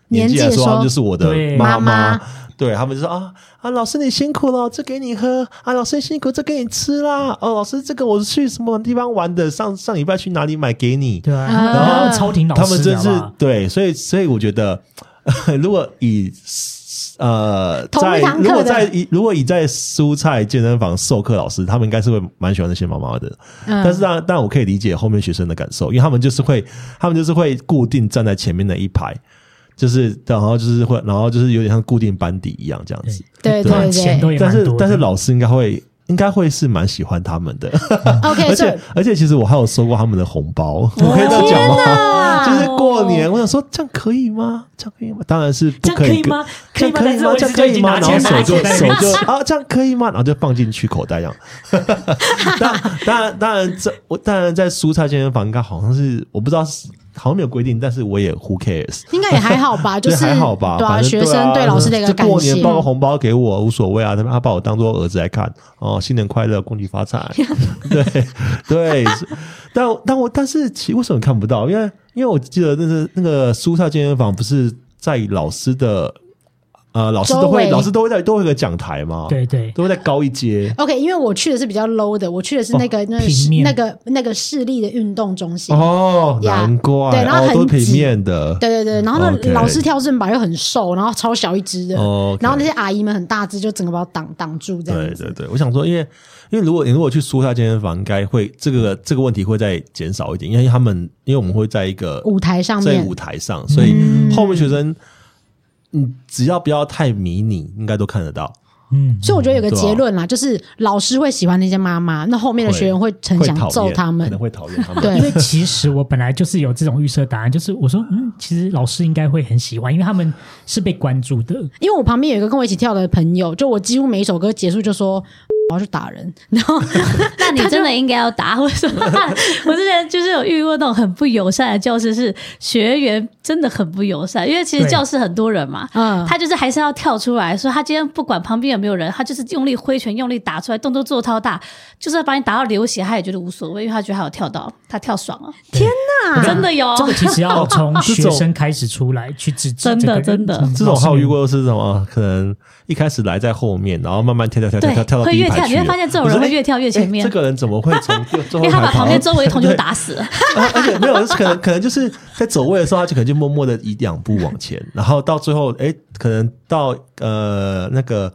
Speaker 5: 年纪来
Speaker 3: 年纪
Speaker 5: 说，
Speaker 3: 说
Speaker 5: 他们就是我的
Speaker 4: 对
Speaker 5: 妈
Speaker 3: 妈妈
Speaker 5: 对他们就说啊啊，老师你辛苦了，这给你喝啊，老师你辛苦，这给你吃啦。哦，老师这个我是去什么地方玩的，上上礼拜去哪里买给你。
Speaker 4: 对啊，然后超挺老师，
Speaker 5: 他们真
Speaker 4: 你知
Speaker 5: 是
Speaker 4: 道吧
Speaker 5: 对，所以所以我觉得， 如果以呃，
Speaker 3: 同一
Speaker 5: 在
Speaker 3: 堂课的
Speaker 5: 如果在以如果以在蔬菜健身房授课老师，他们应该是会蛮喜欢那些妈妈的。
Speaker 3: 嗯
Speaker 5: 但是当然，当然我可以理解后面学生的感受，因为他们就是会，他们就是会固定站在前面那一排。就是，然后就是会，然后就是有点像固定班底一样这样子。
Speaker 3: 对
Speaker 5: 对
Speaker 3: 对
Speaker 4: 啊钱都
Speaker 3: 对
Speaker 4: 也
Speaker 5: 但
Speaker 4: 蛮
Speaker 5: 是
Speaker 4: 多的，
Speaker 5: 但是老师应该会，应该会是蛮喜欢他们 的。
Speaker 3: ，OK，所
Speaker 5: 而
Speaker 3: 以
Speaker 5: 且而且，其实我还有收过他们的红包，我 可以这样讲吗？就是过年，我想说这样可以吗？这样可以吗？当然是不
Speaker 4: 这样可以
Speaker 5: 跟
Speaker 4: 吗？
Speaker 5: 这
Speaker 4: 可以吗？但
Speaker 5: 样可以
Speaker 4: 是
Speaker 5: 吗
Speaker 4: 我？
Speaker 5: 这样
Speaker 4: 就
Speaker 5: 可
Speaker 4: 已
Speaker 5: 以
Speaker 4: 经
Speaker 5: 吗？
Speaker 4: 拿
Speaker 5: 然后
Speaker 4: 钱
Speaker 5: 手就手
Speaker 4: 拿
Speaker 5: 就
Speaker 4: 钱
Speaker 5: 啊，这样可以吗？然后就放进去口袋这样。当当然当然，这我当然在蔬菜健身房应该好像是我不知道是好像没有规定，但是我也 who cares。
Speaker 3: 应该也还好吧，就
Speaker 5: 对
Speaker 3: 是
Speaker 5: 还好吧，
Speaker 3: 对啊，
Speaker 5: 反正
Speaker 3: 学生对
Speaker 5: 对
Speaker 3: 老师的一个
Speaker 5: 就
Speaker 3: 感
Speaker 5: 过
Speaker 3: 谢
Speaker 5: 年，包个红包给我无所谓啊，他们他把我当做儿子来看哦，新年快乐，恭喜 发财，对对，是但但我但是其为什么看不到？因为因为我记得那是那个蔬菜健身房不是在老师的呃老师都
Speaker 3: 周围
Speaker 5: 会老师都会在都会有个讲台嘛，，
Speaker 4: 对对，
Speaker 5: 都会在高一阶
Speaker 3: OK，因为我去的是比较 low 的，我去的是那个、那个
Speaker 4: 平
Speaker 3: 是
Speaker 4: 面
Speaker 3: 那个那个视力的运动中心。
Speaker 5: 哦，
Speaker 3: 呀
Speaker 5: 难怪
Speaker 3: 对然后
Speaker 5: 哦
Speaker 3: 很
Speaker 5: 都是平
Speaker 3: 挤
Speaker 5: 面的，
Speaker 3: 对对对，然后那
Speaker 5: OK
Speaker 3: 老师跳正靶又很瘦，然后超小一只的
Speaker 5: 哦，OK
Speaker 3: 然后那些阿姨们很大只，就整个把我挡挡住这
Speaker 5: 对
Speaker 3: 样
Speaker 5: 对
Speaker 3: 子。
Speaker 5: 对，我想说，因为因为如果你如果去蔬菜健身房，应该会这个这个问题会再减少一点，因为他们因为我们会在一个
Speaker 3: 舞台上
Speaker 5: 在
Speaker 3: 面
Speaker 5: 舞，台上，所以后面学生，嗯，只要不要太迷你，应该都看得到，
Speaker 4: 嗯，
Speaker 3: 所以我觉得有个
Speaker 5: 对啊
Speaker 3: 结论啦，就是老师会喜欢那些妈妈，那后面的学员会很
Speaker 5: 会
Speaker 3: 想
Speaker 5: 讨
Speaker 3: 揍
Speaker 5: 厌
Speaker 3: 他
Speaker 5: 可
Speaker 3: 们
Speaker 5: 能。会讨厌他们。
Speaker 3: 对
Speaker 4: 因为其实我本来就是有这种预设答案，就是我说，嗯，其实老师应该会很喜欢，因为他们是被关注的。
Speaker 3: 因为我旁边有一个跟我一起跳的朋友，就我几乎每一首歌结束就说我要去打人，然后
Speaker 6: 那你真的应该要打为什么？ 我之前就是有遇过那种很不友善的教师，是学员真的很不友善，因为其实
Speaker 4: 对
Speaker 6: 教室很多人嘛，
Speaker 3: 嗯
Speaker 6: 他就是还是要跳出来说，他今天不管旁边有没有人，他就是用力挥拳，用力打出来，动作做超大，就是要把你打到流血，他也觉得无所谓，因为他觉得他有跳到，他跳爽了，
Speaker 4: 天
Speaker 3: 哪
Speaker 6: 真的有，
Speaker 4: 这个其实要从
Speaker 5: 这
Speaker 4: 学
Speaker 5: 种
Speaker 4: 生开始出来去制止
Speaker 6: 真
Speaker 4: 这个
Speaker 6: 的
Speaker 4: 人，嗯
Speaker 6: 真的
Speaker 5: 这种还有遇过是什么？可能一开始来在后面，然后慢慢跳跳跳跳
Speaker 6: 对
Speaker 5: 跳，跳到
Speaker 6: 会
Speaker 5: 第一
Speaker 6: 越
Speaker 5: 排
Speaker 6: 跳，
Speaker 5: 去
Speaker 6: 你
Speaker 5: 了。
Speaker 6: 会发现这种
Speaker 5: 我
Speaker 6: 人
Speaker 5: 说
Speaker 6: 会
Speaker 5: 哎
Speaker 6: 越跳越前
Speaker 5: 哎
Speaker 6: 面
Speaker 5: 这，个人怎么会从最最
Speaker 6: 因为他
Speaker 5: 后排
Speaker 6: 把
Speaker 5: 跑
Speaker 6: 旁边
Speaker 5: 到
Speaker 6: 周围的同学都打死了。
Speaker 5: 啊而且没有，就是可能可能就是在走位的时候，他就可能就默默的一两步往前，然后到最后，哎、可能到呃那个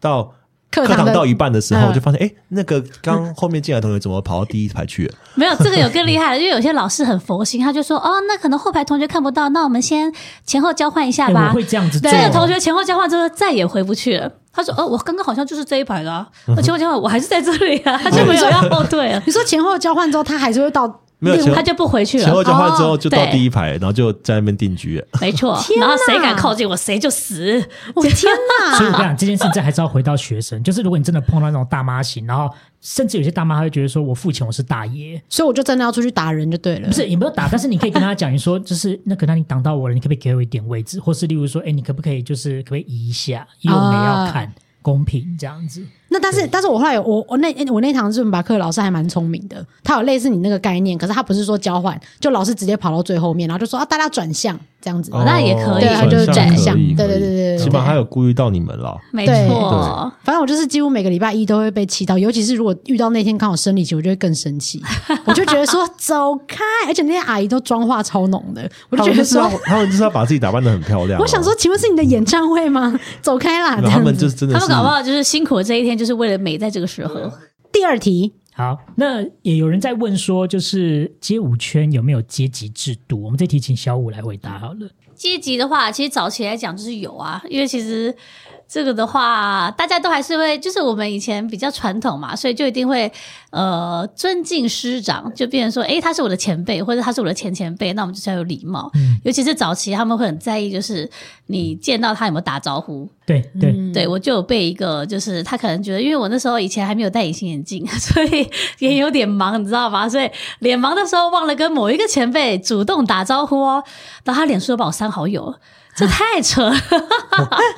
Speaker 5: 到
Speaker 3: 课堂
Speaker 5: 堂
Speaker 3: 的
Speaker 5: 到一半的时候，
Speaker 3: 嗯
Speaker 5: 我就发现，哎、那个刚后面进来的同学怎么跑到第一排去了？
Speaker 6: 没有，这个有更厉害的，因为有些老师很佛心，他就说哦，那可能后排同学看不到，那我们先前后交换一下
Speaker 4: 哎，
Speaker 6: 吧
Speaker 4: 我。会这样子做。
Speaker 6: 这个同学前后交换之后再也回不去了。他说：“哦，我刚刚好像就是这一排的、啊，那前后交换我还是在这里啊， 他就没有要后退了，
Speaker 3: 你说前后交换之后，他还是会到
Speaker 5: 没有
Speaker 3: 另
Speaker 5: 前
Speaker 6: 他就不回去了。
Speaker 5: 前后交换之后
Speaker 6: 哦
Speaker 5: 就到第
Speaker 6: 一，
Speaker 5: 一排，然后就在那边定居了。
Speaker 6: 没错。
Speaker 3: 天哪
Speaker 6: 然后谁敢靠近我，谁就死。我天
Speaker 4: 所以我
Speaker 3: 哪！
Speaker 4: 跟你讲，这件事情还是要回到学生，就是如果你真的碰到那种大妈型，然后甚至有些大妈她会觉得说，我付钱，我是大爷，
Speaker 3: 所以我就真的要出去打人就对了。
Speaker 4: 不是也没有打，但是你可以跟他讲，你说就是那可能你挡到我了，你可不可以给我一点位置，或是例如说，哎，你可不可以就是可不可以移一下，因为我们要看公平这样子。
Speaker 3: 那但是，但是我后来有我我那我那堂润拔课老师还蛮聪明的，他有类似你那个概念，可是他不是说交换，就老师直接跑到最后面，然后就说啊，大家转向这样子。
Speaker 5: 哦
Speaker 6: 那也可以
Speaker 3: 对他啊就是转向对对对对对
Speaker 5: 起码他有顾虑到你们了。
Speaker 6: 没
Speaker 3: 对
Speaker 6: 错，
Speaker 3: 反正我就是几乎每个礼拜一都会被气到，尤其是如果遇到那天刚好生理期，我就会更生 气，我就觉得说走开，而且那些阿姨都妆化超浓的，我就
Speaker 5: 他
Speaker 3: 觉
Speaker 5: 们
Speaker 3: 得
Speaker 5: 就是
Speaker 3: 说
Speaker 5: 要，，他们就是要把自己打扮的很漂亮、啊
Speaker 3: 我想说，，请问是你的演唱会吗？ 走开啦！这
Speaker 5: 他们
Speaker 3: 样
Speaker 5: 就
Speaker 3: 子。
Speaker 5: 是真的
Speaker 6: 他
Speaker 5: 是
Speaker 6: 们搞不好就是辛苦的这一天，就是为了美在这个时候。
Speaker 3: 第二题，
Speaker 4: 好，那也有人在问说，就是街舞圈有没有阶级制度？我们这题请小五来回答好了。
Speaker 6: 阶级的话，其实早期来讲就是有啊，因为其实这个的话，大家都还是会，就是我们以前比较传统嘛，所以就一定会呃尊敬师长，就变成说，诶、他是我的前辈，或者他是我的前前辈，那我们就是要有礼貌。尤其是早期，他们会很在意，就是你见到他有没有打招呼，
Speaker 4: 对对，
Speaker 6: 对，我就有被一个，就是他可能觉得，因为我那时候以前还没有戴隐形眼镜， 所以也有点忙，你知道吗？所以脸盲的时候忘了跟某一个前辈主动打招呼哦，然后他脸书又把我删好友，这太扯了。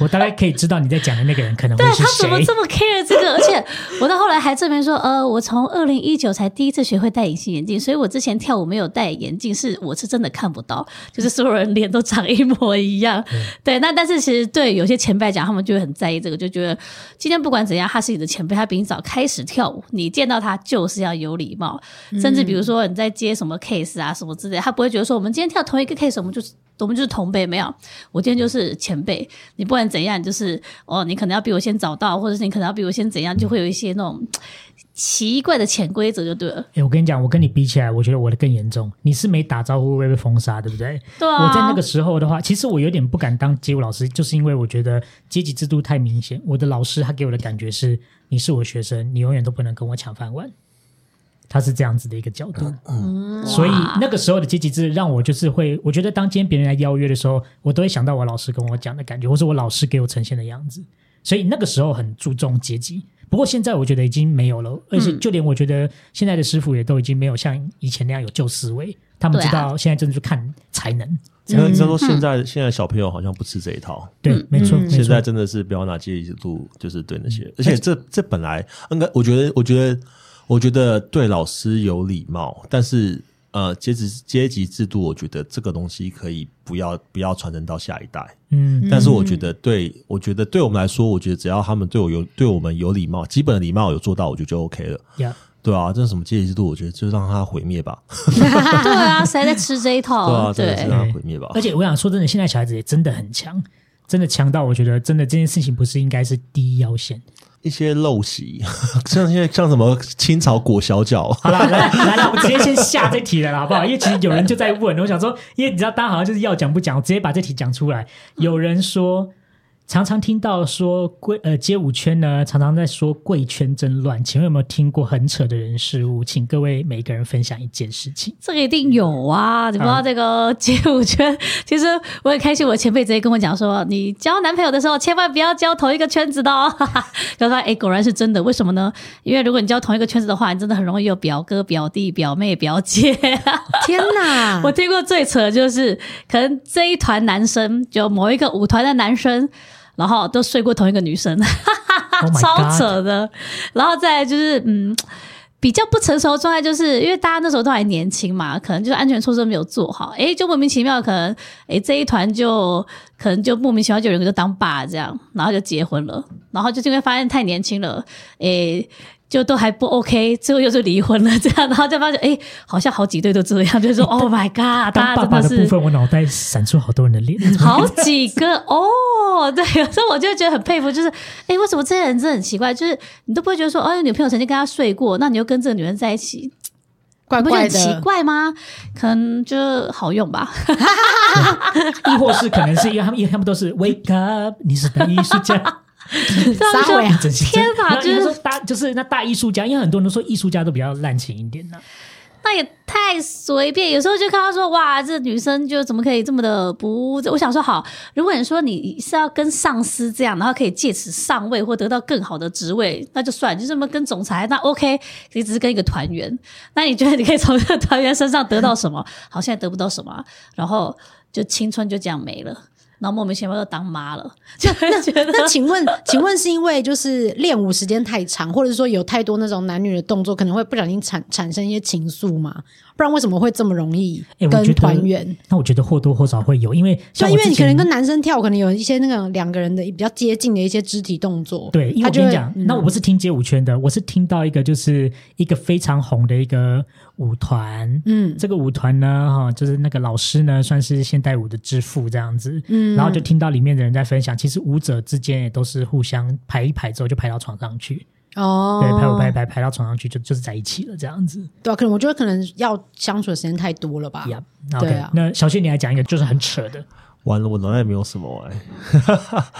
Speaker 4: 我大概可以知道你在讲的那个人可能会
Speaker 6: 对
Speaker 4: 是
Speaker 6: 他怎么
Speaker 4: 谁。
Speaker 6: 这么 care 这个？而且我到后来还证明说，呃，我从二零一九才第一次学会戴隐形眼镜，所以我之前跳舞没有戴眼镜，是我是真的看不到，就是所有人脸都长一模一样。
Speaker 4: 嗯
Speaker 6: 对，那但是其实对有些前辈来讲，他们就会很在意这个，就觉得今天不管怎样，他是你的前辈，他比你早开始跳舞，你见到他就是要有礼貌。甚至比
Speaker 4: 嗯
Speaker 6: 如说你在接什么 case 啊什么之类，他不会觉得说我们今天跳同一个 case，我们就是我们就是同辈，没有，我今天就是前辈，你不管怎样，就是哦，你可能要比我先找到，或者是你可能要比我先怎样，就会有一些那种奇怪的潜规则就对了。
Speaker 4: 哎、我跟你讲，我跟你比起来，我觉得我的更严重。你是没打招呼会被封杀，对不对？
Speaker 6: 对啊，
Speaker 4: 我在那个时候的话，其实我有点不敢当街舞老师，就是因为我觉得阶级制度太明显。我的老师他给我的感觉是，你是我学生，你永远都不能跟我抢饭碗。他是这样子的一个角度，所以那个时候的阶级制让我就是会，我觉得当今天别人来邀约的时候，我都会想到我老师跟我讲的感觉，或是我老师给我呈现的样子。所以那个时候很注重阶级。不过现在我觉得已经没有了，而
Speaker 6: 嗯
Speaker 4: 且就连我觉得现在的师傅也都已经没有像以前那样有旧思维，他们知
Speaker 6: 对啊
Speaker 4: 道现在真的是看才能。
Speaker 5: 你看，
Speaker 3: 嗯
Speaker 5: 你说现在现在小朋友好像不吃这一套，
Speaker 4: 对，没错，没错嗯
Speaker 5: 现在真的是不要拿阶级制度就是对那些，而且这这本来应该，我觉得，我觉得，我觉得对老师有礼貌，但是呃，阶级阶级制度，我觉得这个东西可以不要不要传承到下一代。
Speaker 4: 嗯，
Speaker 5: 但是我觉得对，我觉得对我们来说，我觉得只要他们对我有对我们有礼貌，基本的礼貌有做到，我觉得就 OK 了。
Speaker 4: 呀，
Speaker 5: 对啊，这是什么阶级制度？我觉得就让它毁灭吧。
Speaker 6: 对啊，谁还在吃这一
Speaker 5: 对
Speaker 6: 套？
Speaker 5: 啊，真的是
Speaker 6: 对，
Speaker 5: 让它毁灭吧。
Speaker 4: 哦而且我想说真的，现在小孩子也真的很强，真的强到我觉得真的这件事情不是应该是第一要线。
Speaker 5: 一些陋习， 像现在像什么清朝裹小脚，
Speaker 4: 好啦，来来了，我们直接先下这题了啦，好 不好？因为其实有人就在问，我想说，因为你知道大家好像就是要讲不讲，我直接把这题讲出来。有人说。常常听到说贵呃街舞圈呢，常常在说贵圈真乱，请问有没有听过很扯的人事物？请各位每个人分享一件事情。
Speaker 6: 这个一定有啊！你不知道这个街舞圈，其实我很开心，我前辈直接跟我讲说，你交男朋友的时候千万不要交同一个圈子的哦。 他说：“哎，果然是真的，为什么呢？因为如果你交同一个圈子的话，你真的很容易有表哥、表弟、表妹、表姐。
Speaker 3: 天哪！
Speaker 6: 我听过最扯的就是，可能这一团男生就某一个舞团的男生，然后都睡过同一个女生，
Speaker 4: Oh my
Speaker 6: 超
Speaker 4: God
Speaker 6: 扯的。然后再来就是，嗯，比较不成熟的状态，就是因为大家那时候都还年轻嘛，可能就是安全措施都没有做好，诶，就莫名其妙，可能诶这一团就可能就莫名其妙就有人就当爸这样，然后就结婚了，然后就是因为发现太年轻了，诶。就都还不 OK，最后又是离婚了，这样，然后就发现，诶，好像好几对都这样，就说，Oh my God，
Speaker 4: 当
Speaker 6: 大家
Speaker 4: 爸
Speaker 6: 真
Speaker 4: 爸的
Speaker 6: 是
Speaker 4: 部分，我脑袋闪出好多人的脸。
Speaker 6: 好几个哦，对，所以我就觉得很佩服，就是哎，为什么这些人真的很奇怪？就是你都不会觉得说，哦，你女朋友曾经跟他睡过，那你又跟这个女人在一起，
Speaker 3: 怪
Speaker 6: 你不觉得
Speaker 3: 怪
Speaker 6: 很奇
Speaker 3: 的，
Speaker 6: 怪吗？可能就是好用吧，
Speaker 4: 亦或是可能是因为他们，因为他们都是 wake up，你是大艺术 家，
Speaker 6: 他
Speaker 3: 撒谎
Speaker 6: 们就
Speaker 3: 呀
Speaker 4: 真心
Speaker 6: 天哪
Speaker 4: 就是
Speaker 6: 就是
Speaker 4: 说大就是那大艺术家，因为很多人都说艺术家都比较滥情一点呐、啊
Speaker 6: 那也太随便。有时候就看到说，哇，这女生就怎么可以这么的不？我想说，好，如果你说你是要跟上司这样，然后可以借此上位或得到更好的职位，那就算，就这么跟总裁那 OK，你只是跟一个团员，那你觉得你可以从这个团员身上得到什么？好，现在得不到什么啊，然后就青春就这样没了。然后莫名其妙就当 妈了，就觉得
Speaker 3: 那请问， 请问是因为就是练舞时间太长，或者说有太多那种男女的动作，可能会不小心产产生一些情愫嘛？不然为什么会这么容易
Speaker 4: 哎，我
Speaker 3: 跟
Speaker 4: 觉
Speaker 3: 团
Speaker 4: 得
Speaker 3: 员？，
Speaker 4: 那我觉得或多或少会有，因为
Speaker 3: 就
Speaker 4: 像
Speaker 3: 因
Speaker 4: 我
Speaker 3: 为
Speaker 4: 之
Speaker 3: 你可能
Speaker 4: 前
Speaker 3: 跟男生跳，可能有一些那个两个人的比较接近的一些肢体动作，
Speaker 4: 对，因
Speaker 3: 他
Speaker 4: 为我
Speaker 3: 就
Speaker 4: 跟你
Speaker 3: 会嗯
Speaker 4: 讲，那我不是听街舞圈的，我是听到一个就是一个非常红的一个舞团，
Speaker 3: 嗯
Speaker 4: 这个舞团呢，哈、就是那个老师呢，算是现代舞的之父这样子，
Speaker 3: 嗯
Speaker 4: 然后就听到里面的人在分享，其实舞者之间也都是互相排一排之后就排到床上去，
Speaker 3: 哦，
Speaker 4: 对，拍我拍一拍，拍到床上去就就是在一起了这样子。
Speaker 3: 对啊，可能我觉得可能要相处的时间太多了吧。
Speaker 4: 呀、那 OK，、
Speaker 3: 对啊
Speaker 4: 那小谢你来讲一个就是很扯的，
Speaker 5: 完了，我脑袋没有什么哎、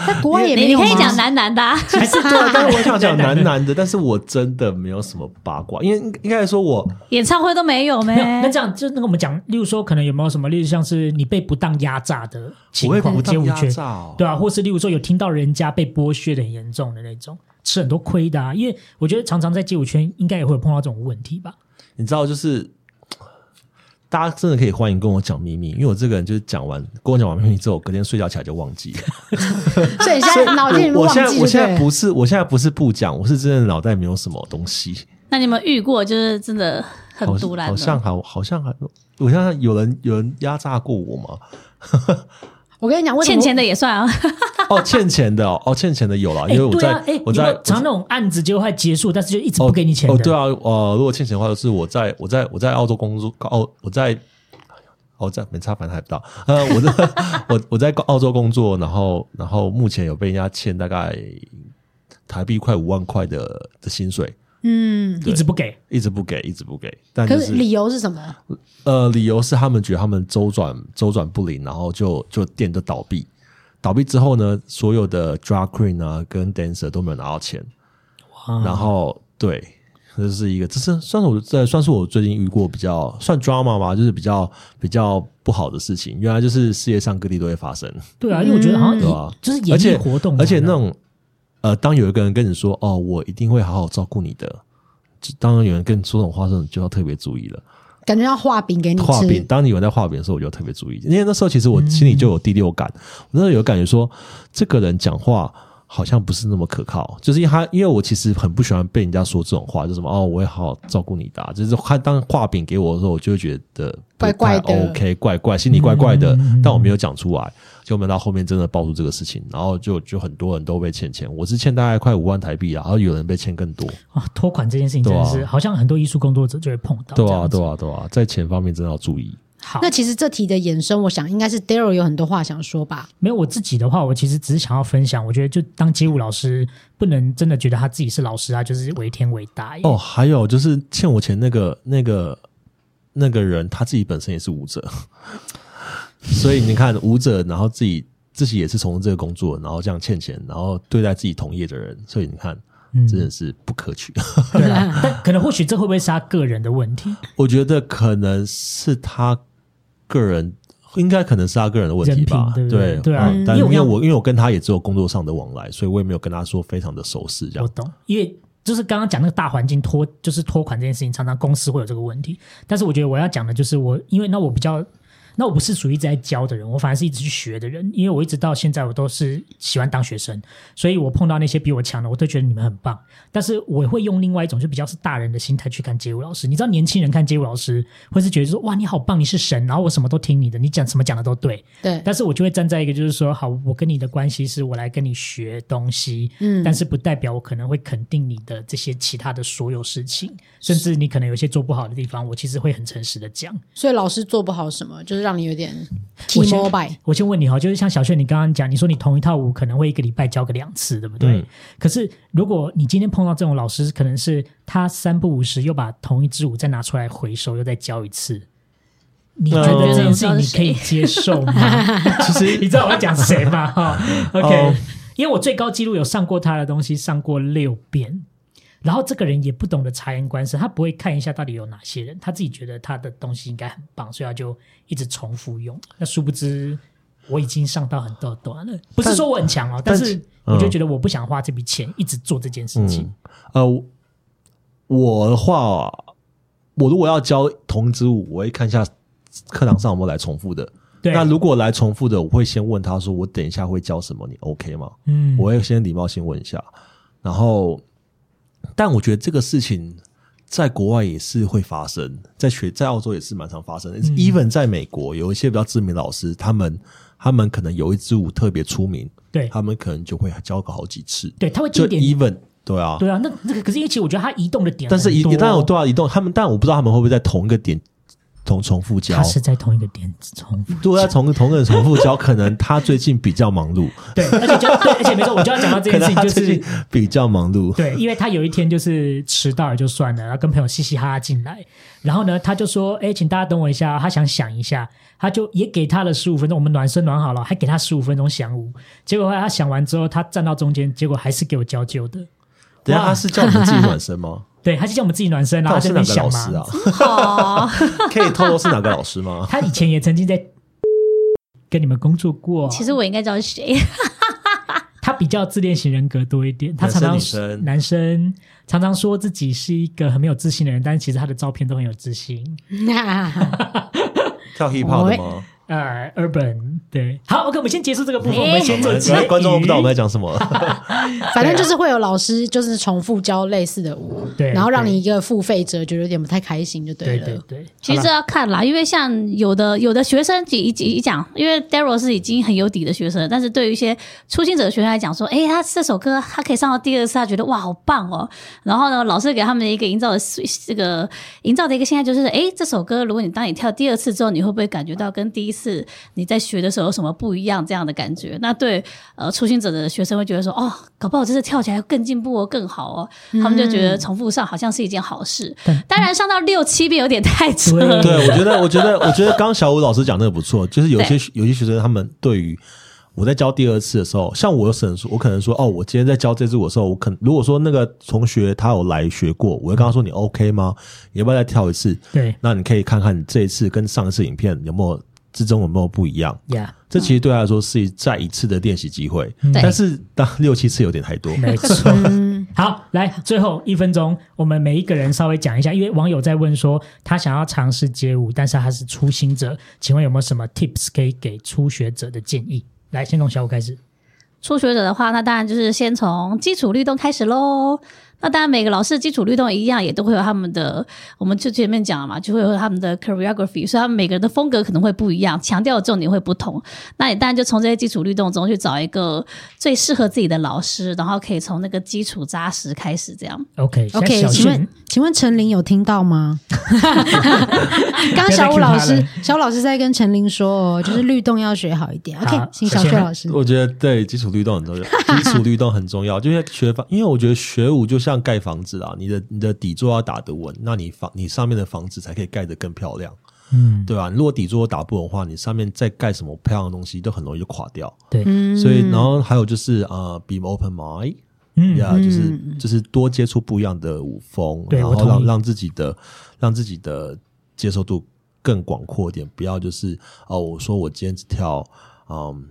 Speaker 3: 在国外也
Speaker 6: 你
Speaker 3: 没
Speaker 6: 你
Speaker 3: 有
Speaker 6: 可以
Speaker 3: 吗
Speaker 6: 讲男男的、 啊，
Speaker 4: 还是
Speaker 5: 对啊，但是我想讲男男的，但是我真的没有什么八卦，因为应应该说我
Speaker 6: 演唱会都没有没
Speaker 4: 没有，
Speaker 3: 哎
Speaker 4: 那这样就那个我们讲，例如说可能有没有什么，例如像是你被不当压榨的情
Speaker 5: 我会
Speaker 4: 况，
Speaker 5: 不
Speaker 4: 街
Speaker 5: 当
Speaker 4: 舞
Speaker 5: 压
Speaker 4: 圈，
Speaker 5: 榨哦
Speaker 4: 对啊，或是例如说有听到人家被剥削的很严重的那种，吃很多亏的、啊，因为我觉得常常在街舞圈应该也会有碰到这种问题吧。
Speaker 5: 你知道，就是大家真的可以欢迎跟我讲秘密，因为我这个人就是讲完跟我讲完秘密之后，隔天睡觉起来就忘记了。
Speaker 3: 所以你现在脑筋里面
Speaker 5: 我我
Speaker 3: 忘
Speaker 5: 现
Speaker 3: 记
Speaker 5: 在
Speaker 3: 对
Speaker 5: 我
Speaker 3: 了
Speaker 5: 现在不是我现在不是不讲，我是真的脑袋没有什么东西，
Speaker 6: 那你有没有遇过就是真的很
Speaker 5: 好
Speaker 6: 毒
Speaker 5: 像
Speaker 6: 烂
Speaker 5: 好
Speaker 6: 的？
Speaker 5: 像还好像还我想想有人有人压榨过我吗？
Speaker 3: 我跟你讲，为什么
Speaker 6: 欠钱的也算啊，
Speaker 5: 哦，欠钱的哦，哦欠钱的有啦，
Speaker 4: 哎
Speaker 5: 因为我
Speaker 4: 对
Speaker 5: 在、
Speaker 4: 啊，哎，有
Speaker 5: 我
Speaker 4: 没
Speaker 5: 在
Speaker 4: 有常常那种案子就快结束，但是就一直不给你钱的。
Speaker 5: 哦，对啊，呃，如果欠钱的话，就是我在我在我在澳洲工作，澳我在。哦，在没差，反正还不到。呃，我在 我我在澳洲工作，然后然后目前有被人家欠大概台币快五万块的的薪水，
Speaker 3: 嗯，
Speaker 4: 一直不给。
Speaker 5: 一直不给，一直不给。但就
Speaker 3: 可
Speaker 5: 是
Speaker 3: 是理由是什么？
Speaker 5: 呃，理由是他们觉得他们周转周转不灵，然后就就店就倒闭。倒闭之后呢，所有的 drag queen 啊跟 dancer 都没有拿到钱。然后对，这是一个，这是算是我这算是我最近遇过比较算 drama 嘛，就是比较比较不好的事情。原来就是世界上各地都会发生，
Speaker 4: 对啊，因为我觉
Speaker 3: 嗯
Speaker 4: 得好像
Speaker 5: 对吧、
Speaker 4: 演就是
Speaker 5: 而
Speaker 4: 演艺
Speaker 5: 且
Speaker 4: 活动，啊
Speaker 5: 而且那种呃，当有一个人跟你说哦，我一定会好好照顾你的。就当有人跟你说这种话的时候，你就要特别注意了。
Speaker 3: 感觉要画饼给你
Speaker 5: 画饼，
Speaker 3: 吃，
Speaker 5: 当你有人在画饼的时候，我就特别注意，因为那时候其实我心里就有第六感，我那时候有感觉说，这个人讲话好像不是那么可靠，就是因为他，因为我其实很不喜欢被人家说这种话，就什么哦，我会好好照顾你的啊、就是他当画饼给我的时候，我就会觉得
Speaker 3: 怪怪的
Speaker 5: 不太，OK，怪怪，心里怪怪的，但我没有讲出来。就没有到后面真的爆出这个事情，然后就就很多人都被欠钱，我是欠大概快五万台币啊，然后有人被欠更多，
Speaker 4: 啊，拖款这件事情真的是，
Speaker 5: 对啊
Speaker 4: 好像很多艺术工作者就会碰到。
Speaker 5: 对
Speaker 4: 哦这
Speaker 5: 啊，
Speaker 4: 样子
Speaker 5: 对。啊，对啊，在钱方面真的要注意。
Speaker 4: 好，
Speaker 3: 那其实这题的衍生，我想应该是 Daryl 有很多话想说吧。
Speaker 4: 没有我自己的话，我其实只是想要分享，我觉得就当街舞老师，不能真的觉得他自己是老师啊，就是为天为大。
Speaker 5: 哦，，还有就是欠我钱那个那个那个人，他自己本身也是舞者， 所以你看舞者，然后自己自己也是从事这个工作，然后这样欠钱，然后对待自己同业的人，所以你看
Speaker 4: 嗯，
Speaker 5: 真的是不可取。
Speaker 4: 对啊，但可能或许这会不会是他个人的问题，
Speaker 5: 我觉得可能是他个人。应该可能是他个人的问题
Speaker 4: 人品
Speaker 5: 吧，
Speaker 4: 对不对对啊
Speaker 5: 嗯
Speaker 4: 嗯
Speaker 5: 但
Speaker 4: 因
Speaker 5: 因
Speaker 4: 为我
Speaker 5: 为我因为我跟他也只有工作上的往来，所以我也没有跟他说非常的熟识这
Speaker 4: 我
Speaker 5: 样。
Speaker 4: 懂，因为。就是刚刚讲那个大环境拖，就是拖款这件事情，常常公司会有这个问题。但是我觉得我要讲的就是我，因为那我比较，那我不是属于一直在教的人，我反而是一直去学的人。因为我一直到现在，我都是喜欢当学生，所以我碰到那些比我强的，我都觉得你们很棒。但是我会用另外一种就比较是大人的心态去看街舞老师。你知道，年轻人看街舞老师会是觉得说哇你好棒，你是神，然后我什么都听你的，你讲什么讲的都对。
Speaker 3: 对，
Speaker 4: 但是我就会站在一个就是说，好，我跟你的关系是我来跟你学东西，
Speaker 3: 嗯
Speaker 4: 但是不代表我可能会肯定你的这些其他的所有事情，甚至你可能有些做不好的地方，我其实会很诚实的讲。
Speaker 3: 所以老师做不好什么，就是让你有点 T
Speaker 4: 我先
Speaker 3: mobile。
Speaker 4: 我先问你哈，哦就是像小炫，你刚刚讲，你说你同一套舞可能会一个礼拜教个两次，对不对？
Speaker 5: 嗯
Speaker 4: 可是如果你今天碰到这种老师，可能是他三不五时又把同一支舞再拿出来回收，又再教一次。你觉得这件事情你可以接受吗？其实你知道我要讲谁 吗？哈、o k
Speaker 5: 哦
Speaker 4: 因为我最高纪录有上过他的东西，上过六遍。然后这个人也不懂得察言观色，他不会看一下到底有哪些人，他自己觉得他的东西应该很棒，所以他就一直重复用。那殊不知我已经上到很多端了，不是说我很强哦，但
Speaker 5: 但嗯
Speaker 4: 是我就觉得我不想花这笔钱一直做这件事情。
Speaker 5: 呃，我我的话、哦，我如果要教同支舞，我会看一下课堂上有没有来重复的。
Speaker 4: 对，
Speaker 5: 那如果来重复的，我会先问他说：“我等一下会教什么？你 OK 吗？”
Speaker 4: 嗯，
Speaker 5: 我会先礼貌性问一下。然后，但我觉得这个事情在国外也是会发生，在学在澳洲也是蛮常发生
Speaker 4: 嗯
Speaker 5: 的。even 在美国，有一些比较知名的老师，他们他们可能有一支舞特别出名，
Speaker 4: 对
Speaker 5: 他们可能就会教个好几次。
Speaker 4: 对，他会
Speaker 5: 就
Speaker 4: 定点。
Speaker 5: even 对啊，
Speaker 4: 对啊，那那个可是因为其实我觉得他移动的点
Speaker 5: 但
Speaker 4: 很多，
Speaker 5: 是一一旦有多少移动，他们但我不知道他们会不会在同一个点重重复教
Speaker 4: 他。是在同一个点重复。
Speaker 5: 如果要从同个人重复教，可能他最近比较 忙碌，
Speaker 4: 对，而且就对，而且没错，我就要讲到这
Speaker 5: 可
Speaker 4: 件事情，
Speaker 5: 能他
Speaker 4: 就
Speaker 5: 最
Speaker 4: 是
Speaker 5: 近比较忙碌。
Speaker 4: 对，因为他有一天就是迟到也就算了，然后跟朋友嘻嘻哈哈进来，然后呢，他就说：“哎，请大家等我一下，他想想一下。”他就也给他了十五分钟，我们暖身暖好了，还给他十五分钟想舞。结果后来他想完之后，他站到中间，结果还是给我教旧的。
Speaker 5: 等一下
Speaker 4: 哇
Speaker 5: 他是叫你们自己暖 身吗？
Speaker 4: 对，他就叫我们自己暖身，然后
Speaker 5: 到
Speaker 4: 他
Speaker 5: 底
Speaker 4: 在
Speaker 5: 是
Speaker 4: 那边
Speaker 5: 哪个
Speaker 4: 想
Speaker 5: 老
Speaker 4: 嘛
Speaker 5: 师。啊？
Speaker 6: 好，
Speaker 5: 可以透露是哪个老师吗？
Speaker 4: 他以前也曾经在 跟你们工作过，啊
Speaker 6: 其实我应该知道是谁。
Speaker 4: 他比较自恋型人格多一点，他
Speaker 5: 男生
Speaker 4: 常常
Speaker 5: 女生
Speaker 4: 男生常常说自己是一个很没有自信的人，但是其实他的照片都很有自信。
Speaker 5: 跳 hip hop 的吗？
Speaker 4: 呃，Urban 对，好，OK，我们先结束这个部分，
Speaker 6: 哎
Speaker 4: 我们先做
Speaker 5: 我
Speaker 4: 结语
Speaker 5: 们观众都不知道我们在讲什么。
Speaker 3: 反正就是会有老师就是重复教类似的舞，
Speaker 4: 啊对
Speaker 3: 然后让
Speaker 4: 对
Speaker 3: 你一个付费者觉得有点不太开心就
Speaker 4: 对
Speaker 3: 了。
Speaker 4: 对对，
Speaker 6: 其实这要看啦，因为像有的有的学生一一一讲，因为 Daryl 是已经很有底的学生了，但是对于一些初心者的学生来讲，说，诶，他这首歌他可以上到第二次，他觉得哇，好棒哦。然后呢，老师给他们的一个营造的这个营造的一个现象就是，诶，这首歌如果你当你跳第二次之后，你会不会感觉到跟第一次你在学的时候有什么不一样这样的感觉？那对呃初心者的学生会觉得说，哦，搞不好这次跳起来更进步哦，更好哦。他们就觉得重复上好像是一件好事。当然，上到六七遍有点太扯了。
Speaker 4: 嗯
Speaker 5: 对，我觉得，我觉得，我觉得刚小武老师讲那个不错，就是有些有些学生他们对于我在教第二次的时候，像我有审说，我可能说哦，我今天在教这支舞的时候，我可能如果说那个同学他有来学过，我会跟他说你 OK 吗？你要不要再跳一次？
Speaker 4: 对
Speaker 5: 那你可以看看你这一次跟上一次影片有没有之中有没有不一样。
Speaker 4: 呀，
Speaker 5: 这其实对他来说是一再一次的练习机会，
Speaker 6: 对
Speaker 5: 但是当六七次有点太多。
Speaker 4: 没错。好，来最后一分钟，我们每一个人稍微讲一下，因为网友在问说他想要尝试街舞，但是他是初心者，请问有没有什么 tips 可以给初学者的建议？来，先从小五开始。
Speaker 6: 初学者的话，那当然就是先从基础律动开始喽。那当然，每个老师的基础律动一样，也都会有他们的，我们就前面讲了嘛，就会有他们的 choreography，所以他们每个人的风格可能会不一样，强调的重点会不同。那你当然就从这些基础律动中去找一个最适合自己的老师，然后可以从那个基础扎实开始，这样。
Speaker 4: OK，现在
Speaker 3: OK，
Speaker 4: 小
Speaker 3: 请问
Speaker 4: 迅，
Speaker 3: 请问陈琳有听到吗？ 刚刚小武老
Speaker 4: 不要再 cue
Speaker 3: 师
Speaker 4: 他，
Speaker 3: 小武老师在跟陈琳说哦，就是律动要学好一点。
Speaker 4: 好
Speaker 3: OK，请小
Speaker 4: 首
Speaker 3: 雪
Speaker 4: 先
Speaker 3: 老师。
Speaker 5: 我觉得对基础律动很重要，基础律动很重要，就是学房，因为我觉得学舞就像盖房子啊，你的你的底座要打得稳，那你房你上面的房子才可以盖得更漂亮，
Speaker 4: 嗯，
Speaker 5: 对吧、如果底座打不稳的话，你上面再盖什么漂亮的东西都很容易就垮掉。
Speaker 4: 对，
Speaker 5: 所以，然后还有就是呃，be open mind，
Speaker 4: 嗯
Speaker 5: 呀、就是就是多接触不一样的舞风，
Speaker 4: 对
Speaker 5: 然
Speaker 4: 我
Speaker 5: 后
Speaker 4: 同
Speaker 5: 让
Speaker 4: 意
Speaker 5: 让自己的让自己的接受度更广阔一点，不要就是哦，我说我今天只跳嗯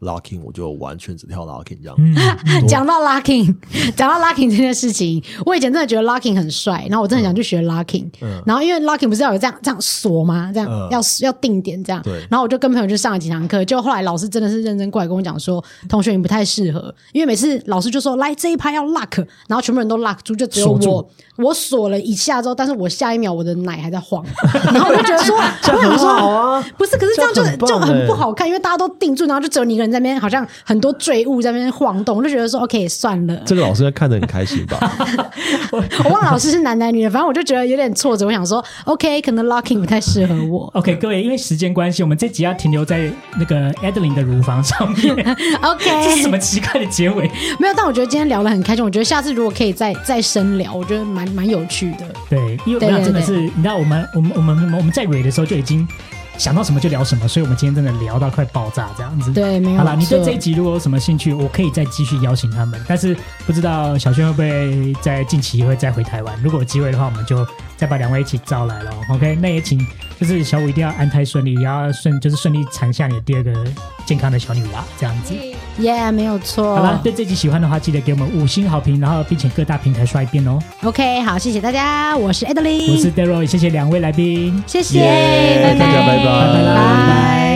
Speaker 5: locking，我就完全只跳 locking 这样。
Speaker 4: 嗯
Speaker 5: 多
Speaker 3: 讲到 locking，讲 到 locking 这件事情，我以前真的觉得 locking 很帅，然后我
Speaker 5: 嗯
Speaker 3: 真的很想去学 locking、然后因为 locking 不是要有这样这样锁吗？这样、
Speaker 5: 嗯
Speaker 3: 要要定点这样。
Speaker 5: 对
Speaker 3: 然后我就跟朋友去上了几堂课，就后来老师真的是认真过来跟我讲说，同学你不太适合，因为每次老师就说来这一趴要 lock，然后全部人都 lock 住，就只有
Speaker 4: 锁住。
Speaker 3: 我我锁了一下之后，但是我下一秒我的奶还在晃， 然后我就觉得说，
Speaker 5: 这样
Speaker 3: 我想
Speaker 5: 很
Speaker 3: 说
Speaker 5: 好啊
Speaker 3: 不是，可是这样就
Speaker 5: 这样很棒
Speaker 3: 就很
Speaker 5: 欸
Speaker 3: 不好。好看，因为大家都定住，然后就只有你一个人在那边，好像很多坠物在那边晃动，我 就觉得说 OK 算了。
Speaker 5: 这个老师应该看得很开心吧？
Speaker 3: 我忘了老师是男男女的，反正我就觉得有点挫折。我想说 OK，可能 locking 不太适合我
Speaker 4: OK，各位， 因为时间关系，我们这集要停留在那个 Adeline 的乳房上面。 这是什
Speaker 3: OK，
Speaker 4: 么奇怪的结尾？
Speaker 3: 没有，但我觉得今天聊得很开心。我觉得下次如果可以再再深聊，我觉得蛮蛮有趣的。
Speaker 4: 对，因为
Speaker 3: 对
Speaker 4: 我想
Speaker 3: 对
Speaker 4: 真的
Speaker 3: 对
Speaker 4: 是，你知道，我们我们我们我们我们在蕊的时候就已经想到什么就聊什么，所以我们今天真的聊到快爆炸这样子。
Speaker 3: 对没有
Speaker 4: 好啦，你对
Speaker 3: 错
Speaker 4: 这一集如果有什么兴趣，我可以再继续邀请他们，但是不知道小轩会不会在近期会再回台湾？如果有机会的话，我们就再把两位一起招来了。OK，那也
Speaker 3: 嗯
Speaker 4: 请就是小五一定要安胎顺利，也要顺就是顺利产下你的第二个健康的小女娃这样子。
Speaker 3: 耶，没有
Speaker 4: 好啦
Speaker 3: 错，。
Speaker 4: 对这集喜欢的话，记得给我们五星好评，然后并且各大平台刷一遍哦。
Speaker 3: OK，好，谢谢大家，我是 Adeline，
Speaker 4: 我是 Daryl，谢谢两位来宾。
Speaker 3: 谢谢，
Speaker 5: 耶
Speaker 3: 拜拜，
Speaker 5: 大家拜拜
Speaker 4: 拜拜
Speaker 3: 拜。